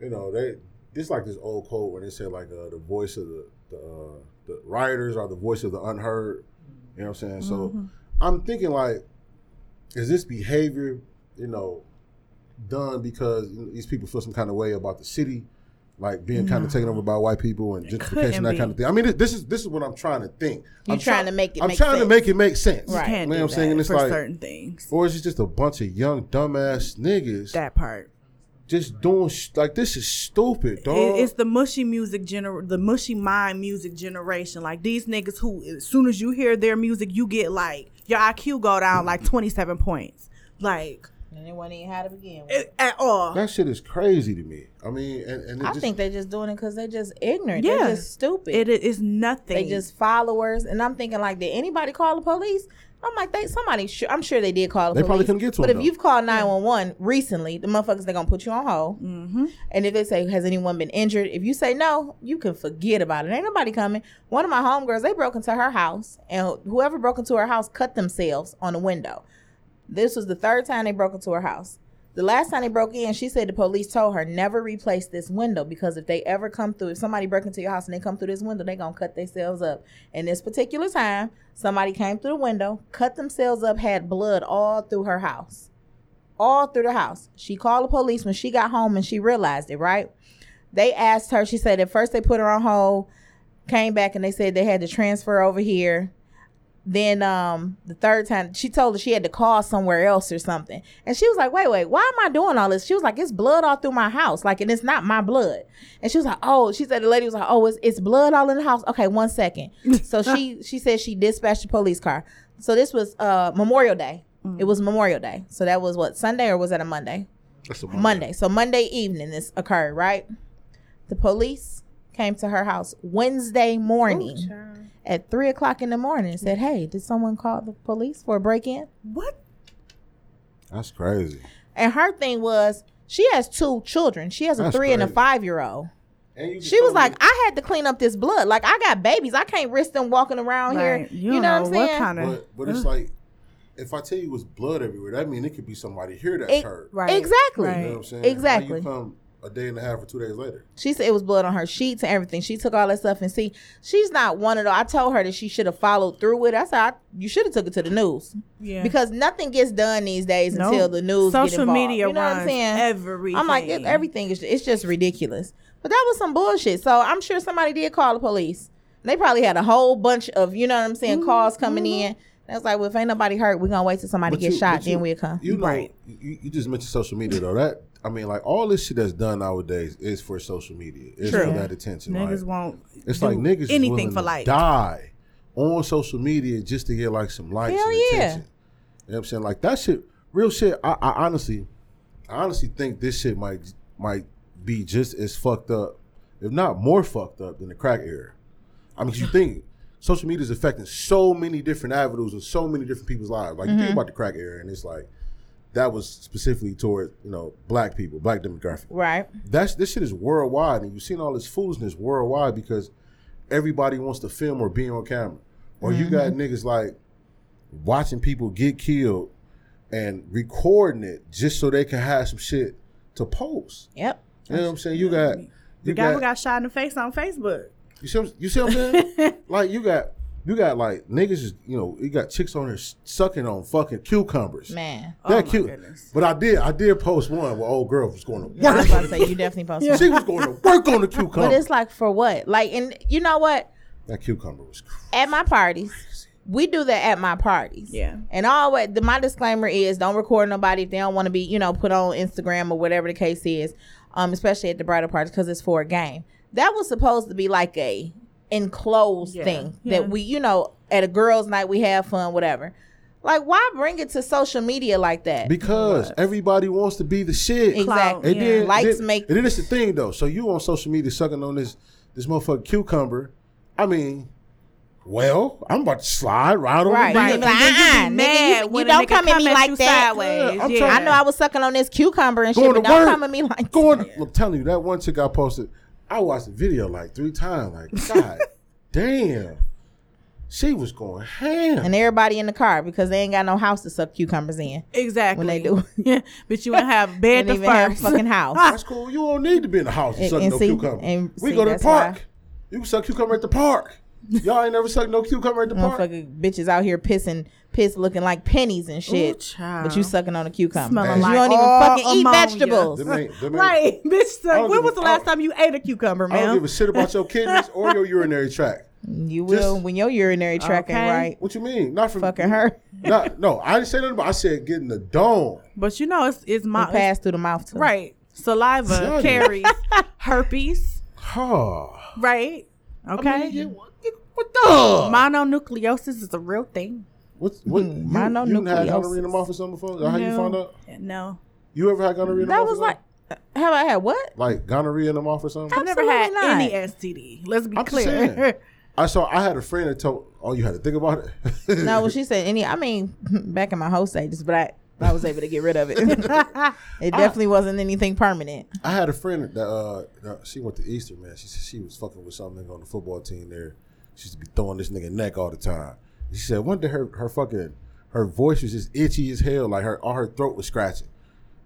C: you know, they it's like this old quote when they say like uh, the voice of the the, uh, the rioters are the voice of the unheard. You know what I'm saying?
B: Mm-hmm.
C: So I'm thinking like, is this behavior you know done because you know, these people feel some kind of way about the city? Like being kind of taken over by white people and gentrification,
D: couldn't
C: that
D: be.
C: kind of thing. I mean, this- this is this is what I'm trying to think.
B: You're
C: I'm
B: trying
C: try-
B: to make it
C: I'm
B: make
C: trying to
B: sense.
C: make it make sense.
B: Right.
D: Can't
C: You know
D: do
C: what I'm saying?
D: that
C: It's
D: for
C: like,
D: certain things.
C: or is it just a bunch of young dumbass niggas
D: That part.
C: just doing sh- like this is stupid, dog.
D: It- it's the mushy music gener the mushy mind music generation. Like these niggas who as soon as you hear their music, you get like your IQ go down like twenty seven points. Like
B: And they wouldn't even how to begin with.
D: it- at all.
C: that shit is crazy to me. I mean, and, and it
B: I
C: just,
B: think they're just doing it because they're just ignorant.
D: Yeah.
B: They're just stupid.
D: It is nothing.
B: They just followers, and I'm thinking like, did anybody call the police? I'm like, they somebody. Sh- I'm sure they did call. The
C: They probably
B: police.
C: couldn't get to
B: But
C: them,
B: if
C: though.
B: you've called 911 recently, the motherfuckers they're gonna put you on hold. Mm-hmm. And if they say, has anyone been injured? If you say no, you can forget about it. Ain't nobody coming. One of my homegirls, they broke into her house, and whoever broke into her house cut themselves on the window. This was the third time they broke into her house. The last time they broke in, she said the police told her never replace this window because if they ever come through, if somebody break into your house and they come through this window, they gonna cut themselves up. And this particular time, somebody came through the window, cut themselves up, had blood all through her house, all through the house. She called the police when she got home and she realized it. Right? They asked her. She said at first they put her on hold, came back and they said they had to transfer over here then um the third time she told her she had to call somewhere else or something and she was like wait wait why am i doing all this she was like it's blood all through my house like and it's not my blood and she was like oh she said the lady was like oh it's, it's blood all in the house okay one second so she she said she dispatched the police car so this was uh memorial day it was memorial day so that was what sunday or was that a monday
C: that's a
B: Monday. So Monday evening this occurred, right? The police came to her house Wednesday morning at three o'clock in the morning and said, Hey, did someone call the police for a break in?
D: what?
C: That's crazy.
B: And her thing was she has two children. She has a
C: That's
B: three and a
C: crazy.
B: five year old.
C: And you just
B: She was
C: told me-
B: like, I had to clean up this blood. Like I got babies. I can't risk them walking around here.
D: Like,
B: You, know, what I'm saying?
D: kind of
C: but, but it's
B: Uh-huh.
C: like, if I tell you it's blood everywhere, that mean it could be somebody here that's
B: It-
C: hurt.
D: Right.
B: Exactly.
C: You know
D: Right.
C: what I'm saying? How
B: Exactly.
C: you come a day and a half or two days later?
B: She said it was blood on her sheets and everything. She took all that stuff and see, she's not one of those. I told her that she should have followed through with. it. I said I, you should have took it to the news
D: yeah.
B: because nothing gets done these days
D: No.
B: until the news. get
D: Social
B: involved.
D: media
B: you know what I'm
D: runs
B: saying?
D: everything.
B: I'm like it- everything is it's just ridiculous. But that was some bullshit. So I'm sure somebody did call the police. They probably had a whole bunch of you know what I'm saying calls
D: Mm-hmm.
B: coming in. And I was like, well, if ain't nobody hurt, we're gonna wait till somebody
C: But
B: gets
C: you-
B: shot,
C: but
B: then
C: you-
B: we'll come.
C: You know,
D: Right.
C: you, you just mentioned social media though. That I mean, like all this shit that's done nowadays is for social media. It's
D: True.
C: for that attention.
D: niggas
C: like,
D: won't
C: it's
D: do
C: like niggas is
D: anything
C: willing
D: for
C: to
D: life.
C: die on social media just to get like some likes
B: Hell
C: and
B: yeah.
C: attention. You know what I'm saying? Like that shit, real shit. I, I honestly, I honestly think this shit might might be just as fucked up, if not more fucked up than the crack era. I mean, 'cause you think social media is affecting so many different avenues and so many different people's lives. Like
D: Mm-hmm.
C: you think about the crack era, and it's like that was specifically toward you know black people, black demographic
B: Right.
C: that's this shit is worldwide, and you've seen all this foolishness worldwide because everybody wants to film or be on camera, or you got
D: Mm-hmm.
C: niggas like watching people get killed and recording it just so they can have some shit to post.
B: Yep.
C: You know what I'm saying? You got
D: The
C: you
D: guy who
C: got
D: got shot in the face on Facebook.
C: you see what, you see what I'm saying? like you got you got like niggas is you know you got chicks on there sucking on fucking cucumbers.
B: Man.
C: That
D: Oh my
C: cute,
D: goodness.
C: but I did I did post one where old girl was going to
B: I was
C: work.
B: about to say you definitely posted.
C: She was going to work on the cucumber.
B: But it's like for what? Like, and you know what?
C: That cucumber was crazy.
B: At my parties, we do that at my parties.
D: Yeah.
B: And always the, my disclaimer is don't record nobody if they don't want to be, you know, put on Instagram or whatever the case is. Um, especially at the bridal party because it's for a game. That was supposed to be like a enclosed
D: Yeah.
B: thing
D: Yeah.
B: that we, you know, at a girls' night we have fun, whatever. Like, why bring it to social media like that?
C: Because everybody wants to be the shit.
B: Exactly.
D: Clout,
C: And
D: yeah.
C: then
B: Likes
C: then-
B: make-
C: And then it's the thing though. So you on social media sucking on this this motherfucking cucumber. I mean, well, I'm about to slide right on.
B: Right.
C: the
B: Right.
D: And then you be
B: Fine, nigga,
D: mad
B: you-
D: when
B: you
D: a
B: don't
D: nigga
B: come at me like
D: you
B: that.
D: Sideways.
C: Yeah, I'm
D: yeah.
C: trying-
B: I know I was sucking on this cucumber and shit,
C: Going
B: but
C: to
B: don't
C: work.
B: come at me like
C: Going. Look, telling you that one chick I posted. I watched the video like three times. Like God, damn, she was going ham.
B: and everybody in the car because they ain't got no house to suck cucumbers in.
D: Exactly.
B: When they do.
D: yeah. But you won't have bed
B: Didn't
D: the
B: even have a
D: first.
B: fucking house.
C: That's cool. You don't need to be in the house and,
B: And-
C: suck
B: and
C: no
B: see-
C: cucumber.
B: and
C: we
B: see,
C: go to the
B: that's
C: park.
B: why-
C: You can suck cucumber at the park. Y'all ain't never sucked no cucumber at the park.
B: Motherfucking bitches out here pissing, piss looking like pennies and shit.
D: Ooh, child.
B: But you sucking on a cucumber.
D: Smelling
B: you
D: like
B: don't even
D: all
B: fucking eat
D: ammonia.
B: vegetables.
C: Them ain't- them ain't-
D: Right, bitch. So
C: don't
D: when
C: give
D: was
C: a-
D: the
C: I
D: last
C: don't-
D: time you ate a cucumber,
C: I don't give
D: man?
C: a shit about your kidneys or your urinary tract.
B: You will
C: Just-
B: when your urinary tract ain't
D: Okay.
B: right.
C: What you mean? Not from
B: Fucking her.
C: Not, no, I didn't say nothing about. I said getting the dome.
D: But you know, it's it's
B: You
D: my it's-
B: pass through the mouth too.
D: right. Saliva
C: Son.
D: carries herpes,
C: Oh,
D: right? Okay.
C: I mean, yeah, what, what the?
D: Mononucleosis is a real thing.
C: What's what?
B: Hmm,
C: You, you done had
B: mononucleosis.
C: gonorrhea in the mouth or something before? Is that how you
D: No.
C: found out?
D: No,
C: You ever had gonorrhea? In the
B: That
C: mouth
B: was
C: or
B: like
C: something?
B: have I had what?
C: like gonorrhea in the mouth or something.
D: I've never had
B: Absolutely not.
D: any STD. Let's be
C: I'm just saying.
D: clear.
C: I saw. I had a friend that told. Oh, you had to think about it.
B: No, well she said any I mean back in my host stages, but I I was able to get rid of it. it definitely wasn't anything permanent.
C: I had a friend that uh, that- she went to Easter, man. She said she was fucking with some nigga on the football team there. She used to be throwing this nigga neck all the time. She said one day her her fucking her voice was just itchy as hell, like her all her throat was scratching,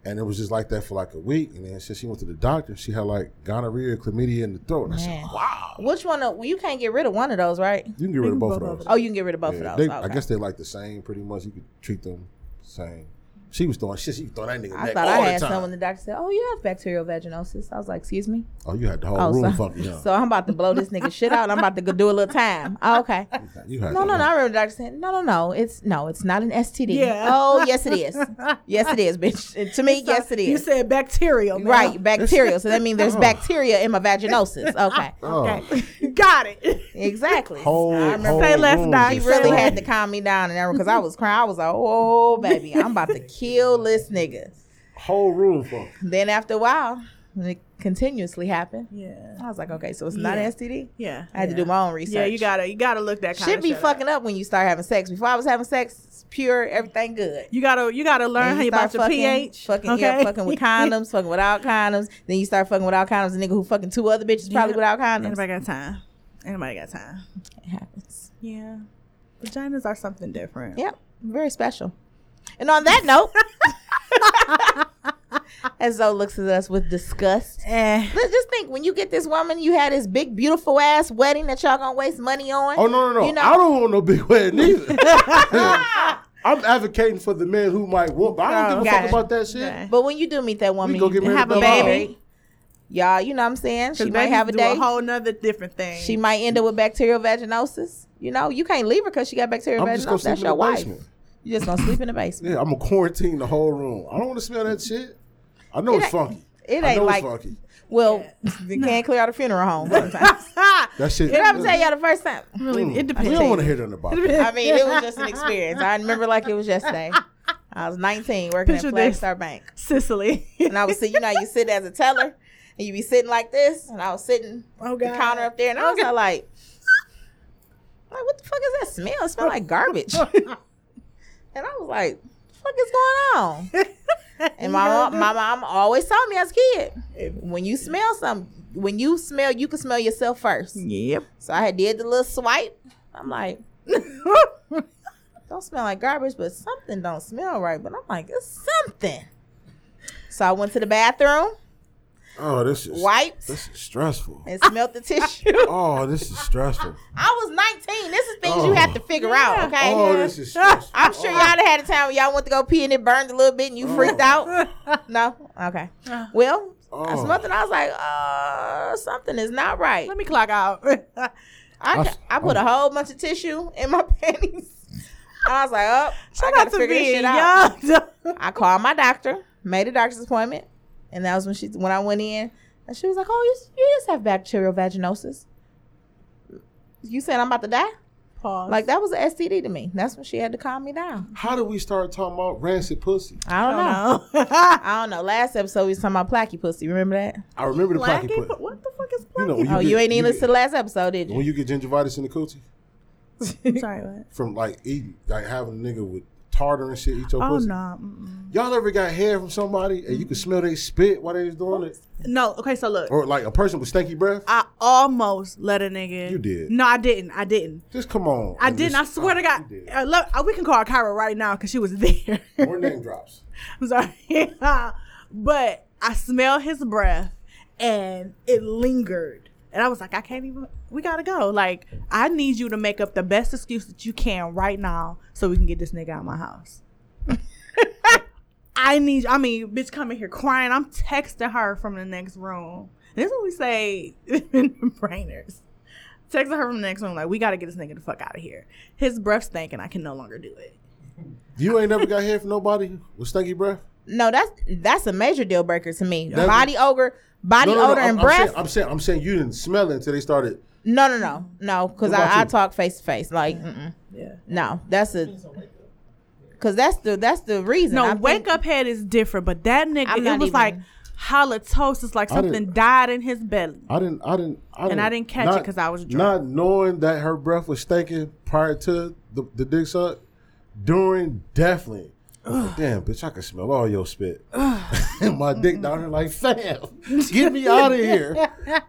C: and it was just like that for like a week. And then since she went to the doctor, she had like gonorrhea, chlamydia in the throat. And I said,
B: Man.
C: wow,
B: Which one of well, you can't get rid of one of those, right?
C: you can get rid of both of those.
B: Oh, you can get rid of both
C: Yeah,
B: of
C: they-
B: those.
C: I
B: Okay.
C: guess they like the same pretty much. You could treat them same. She was throwing shit. She was throwing that nigga
B: I
C: neck
B: thought I
C: all
B: had
C: the time.
B: someone. The doctor said, "Oh, you have bacterial vaginosis." I was like, "Excuse me."
C: oh, you had the whole
B: Oh,
C: room
B: so,
C: fucking up.
B: so I'm about to blow this nigga shit out. I'm about to go do a little time. Oh, okay.
C: you had
B: No,
C: the
B: no, no.
C: whole-
B: I remember the doctor saying, "No, no, no. It's no. It's not an STD."
D: Yeah.
B: Oh, yes, it is. Yes, it is, bitch. And to me, yes, it
D: You
B: is.
D: said bacterial, man.
B: Right, bacterial. So that means there's bacteria in my vaginosis. Okay,
C: Oh.
D: Okay, got it.
B: exactly.
C: whole,
B: I remember
C: whole
D: Say less
C: room
D: now.
B: She
C: just
B: really had
C: flooded.
B: to calm me down, and because I was crying, I was like, "Oh, baby, I'm about to kill this nigga."
C: whole room full.
B: Then after a while, it continuously happened.
D: Yeah,
B: I was like, okay, so it's not
D: Yeah.
B: STD.
D: yeah.
B: I had to
D: yeah.
B: do my own research.
D: Yeah, you gotta you gotta look that kind
B: Should
D: of
B: be
D: shit up.
B: fucking up when you start having sex. Before I was having sex, it's pure, everything good.
D: You gotta you gotta learn
B: And
D: how you about your
B: fucking,
D: pH.
B: fucking, yeah, fucking with condoms, fucking without condoms. Then you start fucking without condoms. A nigga who fucking two other bitches probably
D: Yeah.
B: without condoms.
D: Anybody got time? Anybody got time?
B: It happens.
D: Yeah, vaginas are something different.
B: Yep, very special. And on that note, as Zoe looks at us with disgust.
D: Eh.
B: Let's just think when you get this woman, you had this big, beautiful ass wedding that y'all gonna waste money on.
C: Oh no no no!
B: You know-
C: I don't want no big wedding either. I'm advocating for the man who might want, but I don't
B: Oh,
C: give a fuck
B: gotcha.
C: about that shit.
D: Okay.
B: But when you do meet that woman,
C: We go
B: you
C: get married
B: have a
C: to Bella.
B: baby. Y'all, you know what I'm saying? She
D: Because
B: might
D: babies
B: have a
D: do
B: day.
D: a whole nother different thing.
B: she might end up with bacterial vaginosis. You know, you can't leave her because she got bacterial
C: I'm just gonna
B: vaginosis.
C: sleep
B: That's
C: in the
B: your wife.
C: basement.
B: You just gonna sleep in the basement.
C: Yeah, I'm gonna quarantine the whole room. I don't want to smell that shit. I know it's
B: ain't-
C: funky.
B: It
C: I
B: ain't
C: know
B: like
C: it's funky.
B: well, you can't clear out a funeral home. Sometimes.
C: That shit.
B: Did I ever tell y'all the first time?
D: really, it
C: We
D: depends.
C: don't want to hear nothing about it.
B: I mean, it was just an experience. I remember like it was yesterday. I was 19 working
D: Picture
B: at
D: this.
B: Flagstar Bank.
D: Sicily.
B: and I was sitting, you know, you sit as a teller and you be sitting like this, and I was sitting
D: Oh,
B: at the
D: God.
B: counter up there, and I was all like, like, what the fuck is that smell? It smell like garbage. and I was like, the fuck is going on? And my mom, my mom always told me as a kid, when you smell something, when you smell, you can smell yourself first.
D: Yep.
B: So I had did the little swipe. I'm like, don't smell like garbage, but something don't smell right. But I'm like, it's something. So I went to the bathroom,
C: Oh, this is
B: wiped,
C: This is stressful.
B: and smelled the tissue.
C: Oh, this is stressful.
B: I was 19. This is things you
C: Oh.
B: have to figure out, okay?
C: Oh, this is stressful.
B: I'm sure y'all done had a time when y'all went to go pee and it burned a little bit and you freaked out. No? Okay. Well, I
C: Oh.
B: smelled it. I was like, uh, something is not right.
D: Let me clock out.
B: I,
C: I
B: ca-
C: s-
B: I put a whole bunch of tissue in my panties. I was like, oh, I
D: Shout
B: gotta
D: out to
B: figure this
D: me.
B: shit out.
D: Y'all.
B: I called my doctor, made a doctor's appointment, and that was when she when I went in, and she was like, "Oh, you, you just have bacterial vaginosis. You said I'm about to die?
D: Pause.
B: Like that was an STD to me. That's when she had to calm me down.
C: How did we start talking about rancid pussy?
B: I don't, know.
D: know.
B: I don't know. Last episode we was talking about placky pussy. Remember that?
C: I remember the placky
D: Placky?
C: put.
D: What the fuck is
C: You know,
D: placky?
C: when
B: oh, you
C: get-
B: ain't even
C: get-
B: listen to the last episode, did
C: When
B: you?
C: you get gingivitis in the coochie
D: Sorry, what?
C: from like eating, like having a nigga with tartar and shit eat your
D: Oh
C: pussy.
D: no. mm-mm.
C: Y'all ever got hair from somebody and you could smell they spit while they was doing it,
D: No. Okay, so look,
C: or like a person with stinky breath?
D: I almost let a nigga.
C: You did.
D: No, I didn't. I didn't.
C: Just come on.
D: I
C: and
D: didn't. I
C: just-
D: swear to God.
C: You did.
D: I love, uh, we can call her Kyra right now because she was there.
C: More name drops.
D: I'm sorry. but I smell his breath and it lingered. And I was like, I can't even, we gotta go. Like, I need you to make up the best excuse that you can right now so we can get this nigga out of my house. I need, I mean, bitch coming here crying. I'm texting her from the next room. This is what we say in brainers. Texting her from the next room, like, we gotta get this nigga the fuck out of here. His breath stank and I can no longer do it.
C: You ain't never got hair from nobody with stinky breath.
B: No, that's that's a major deal breaker to me.
C: That's-
B: body ogre, body odor,
C: I'm,
B: and
C: I'm
B: breath.
C: saying, I'm saying, I'm saying you didn't smell it until they started.
B: no, no, no, no, because
C: What about
B: I, I
C: you?
B: talk face to face. Like, mm-mm.
D: Yeah.
B: no, that's a because that's the that's the reason.
D: No,
B: I
D: wake
B: think-
D: up head is different, but that nigga,
B: I'm
D: it was
B: not even-
D: like halitosis, like
C: I didn't-
D: something died in his belly.
C: I didn't, I didn't, I didn't
D: I didn't catch it 'cause I was drunk.
C: Not knowing that her breath was stinking prior to the, the dick suck, during definitely. Like, Damn, bitch, I can smell all your spit. and my dick down here, like, fam, get me out of here.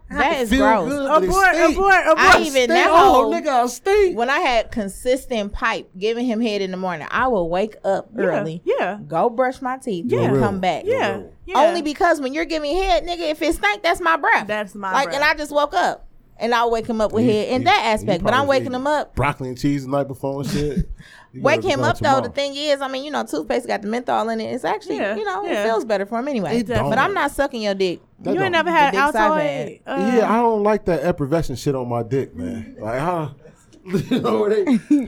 B: That is
C: Feel
B: gross.
C: good, but it
D: Abort,
C: stink.
D: abort,
B: I
D: abort.
B: even
C: Stink.
B: now,
C: Oh, nigga, I stink.
B: when I had consistent pipe giving him head in the morning, I would wake up early,
D: Yeah.
B: go brush my teeth,
D: Yeah.
B: and
C: Real.
B: come back.
D: Yeah. yeah.
B: Only because when you're giving head, nigga, if it stank, that's my breath.
D: That's my
B: like,
D: breath.
B: and I just woke up, and I'll wake him up with
C: He-
B: head in
C: he-
B: that
C: he
B: aspect. But I'm
C: probably
B: waking
C: ate
B: him up.
C: Broccoli and cheese the night before and shit. You gotta
B: Wake
C: be
B: him
C: done
B: up though.
C: tomorrow.
B: The thing is, I mean, you know, toothpaste got the menthol in it. It's actually,
D: Yeah,
B: you know,
D: yeah.
B: it feels better for him anyway.
C: It
B: but
C: don't.
B: I'm not sucking your dick.
C: That
D: you
C: don't-
D: ain't never had
B: The dick's
D: Altoid.
B: I had.
D: uh,
C: yeah, I don't like that effervescent shit on my dick, man. Like, how, you know, or, they,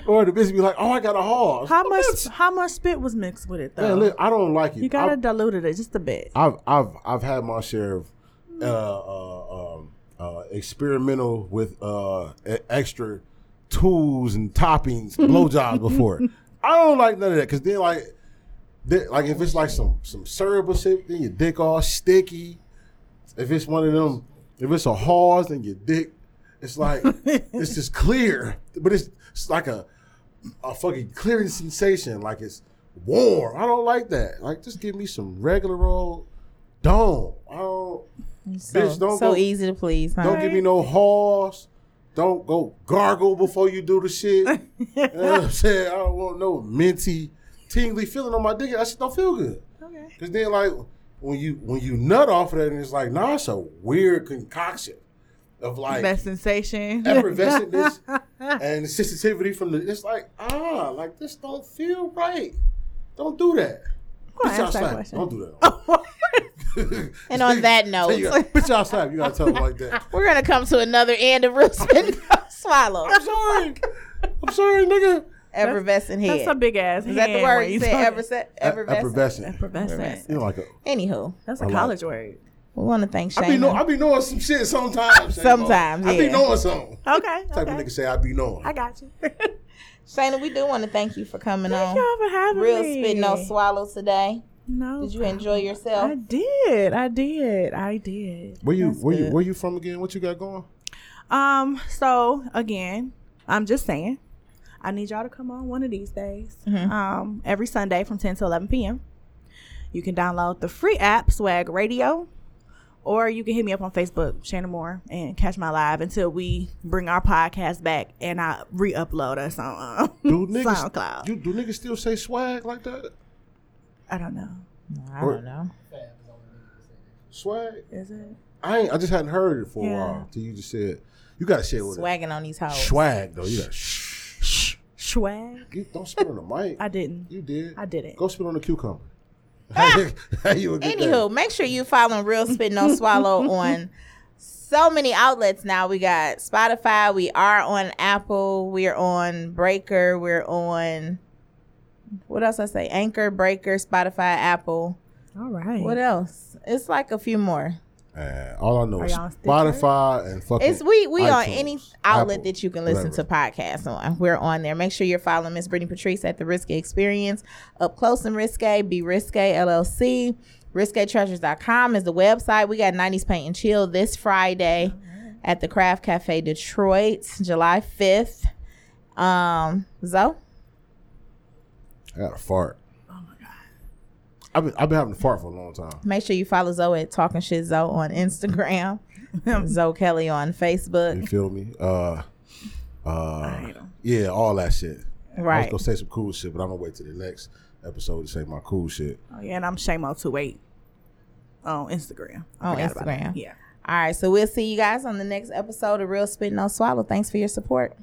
C: or the bitch be like, oh, I got a hog.
D: How much? How much spit was mixed with it though?
C: Man, look, I don't like it.
D: you gotta dilute it just a bit.
C: I've, I've, I've, I've had my share of uh, uh, um, uh, experimental with uh, e- extra tools and toppings, blowjobs before. I don't like none of that because then, like, they- like if it's like some some syrup or shit, then your dick all sticky. If it's one of them, if it's a hawes, then your dick, it's like it's just clear, but it's, it's like a a fucking clearing sensation, like it's warm. I don't like that. Like, just give me some regular old dome. I don't.
B: So,
C: Bitch, don't
B: so
C: go-
B: easy to please. Huh?
C: Don't give me no horse. Don't go gargle before you do the shit. you know what I'm saying? I don't want no minty, tingly feeling on my dick. That shit don't feel good.
D: Okay.
C: Cause then like when you when you nut off of that and it's like, nah, it's a weird concoction of like
D: that sensation.
C: effervescentness and sensitivity from the it's like, ah, like this don't feel right. Don't do that.
D: gonna
C: Bitch, I'll
D: ask that
C: slap you.
D: question.
C: Don't do that.
B: And on that note-
C: you gotta- bitch, I'll slap. you. You gotta tell them like that.
B: We're gonna come to another end of roots and swallow.
C: I'm sorry. I'm sorry, nigga.
B: Effervescent head.
D: That's a big ass.
B: Is that the word you said?
D: Ever
C: E-,
B: Everse- Effervescent.
D: Effervescent.
C: You know, like a,
B: Anywho,
D: That's a
C: I like
D: college word.
B: we want to thank
C: I be know, I
B: Shane.
C: be knowing some shit sometimes. Shaymo.
B: Sometimes,
C: I be
B: yeah.
C: knowing something.
D: Okay.
C: Type of
D: okay.
C: nigga say I be knowing.
D: I got you.
B: Shane, we do want to thank you for coming
D: Thank
B: on.
D: y'all for having
B: Real
D: me.
B: spit, no swallow today.
D: No.
B: Did you enjoy yourself?
D: I did. I did. I did.
C: where you where you
B: good.
C: where you from again? What you got going?
D: Um, so again, I'm just saying, I need y'all to come on one of these days. Um, every Sunday from 10 to 11 p.m. You can download the free app Swag Radio, or you can hit me up on Facebook, Shannon Moore, and catch my live until we bring our podcast back and I re-upload us on um,
C: Do niggas
D: SoundCloud.
C: You, do niggas still say swag like that?
D: I don't know.
B: I don't know.
C: Swag?
D: Is it?
C: I ain't, I just hadn't heard it for
D: Yeah.
C: a while. Till you just said you gotta say it with
B: Swagging on these
C: a
B: hoes.
C: swag though. You got shh.
D: Sh- swag?
C: You don't spit on the mic.
D: I didn't.
C: you did.
D: I didn't. Ah!
C: Go spit on the cucumber. How you would get that?
B: Anywho, make sure you follow Real Spit No Swallow on so many outlets now. We got Spotify. We are on Apple. We're on Breaker. We're on what else? I say Anchor, Breaker, Spotify, Apple.
D: All right.
B: What else? It's like a few more.
C: Uh, all I know is
D: y'all on Stitcher?
C: Spotify and fucking.
B: It's we we on
C: iTunes,
B: any outlet
C: Apple,
B: that you can listen
C: whatever.
B: to podcasts on. We're on there. Make sure you're following Miss Brittany Patrice at the Risque Experience, up close and risque, be risque LLC. RisqueTreasures.com is the website. We got 90s Paint and Chill this Friday at the Craft Cafe Detroit, July 5th. Um, Zoe?
C: I got a fart. Oh my god. I've been I've been having a fart for a long time.
B: Make sure you follow Zoe at Talking Shit Zoe on Instagram, Zoe Kelly on
C: You
B: Facebook.
C: feel me? Uh, uh, yeah, all that shit. I was
B: Right.
C: gonna say some cool shit, but I'm gonna wait till the next episode to say my cool shit.
D: Oh, yeah, and I'm Shamo28 on Instagram. I
B: On
D: forgot about that.
B: Instagram.
D: Yeah.
B: All right, so we'll see you guys on the next episode of Real Spit No Swallow. Thanks for your support.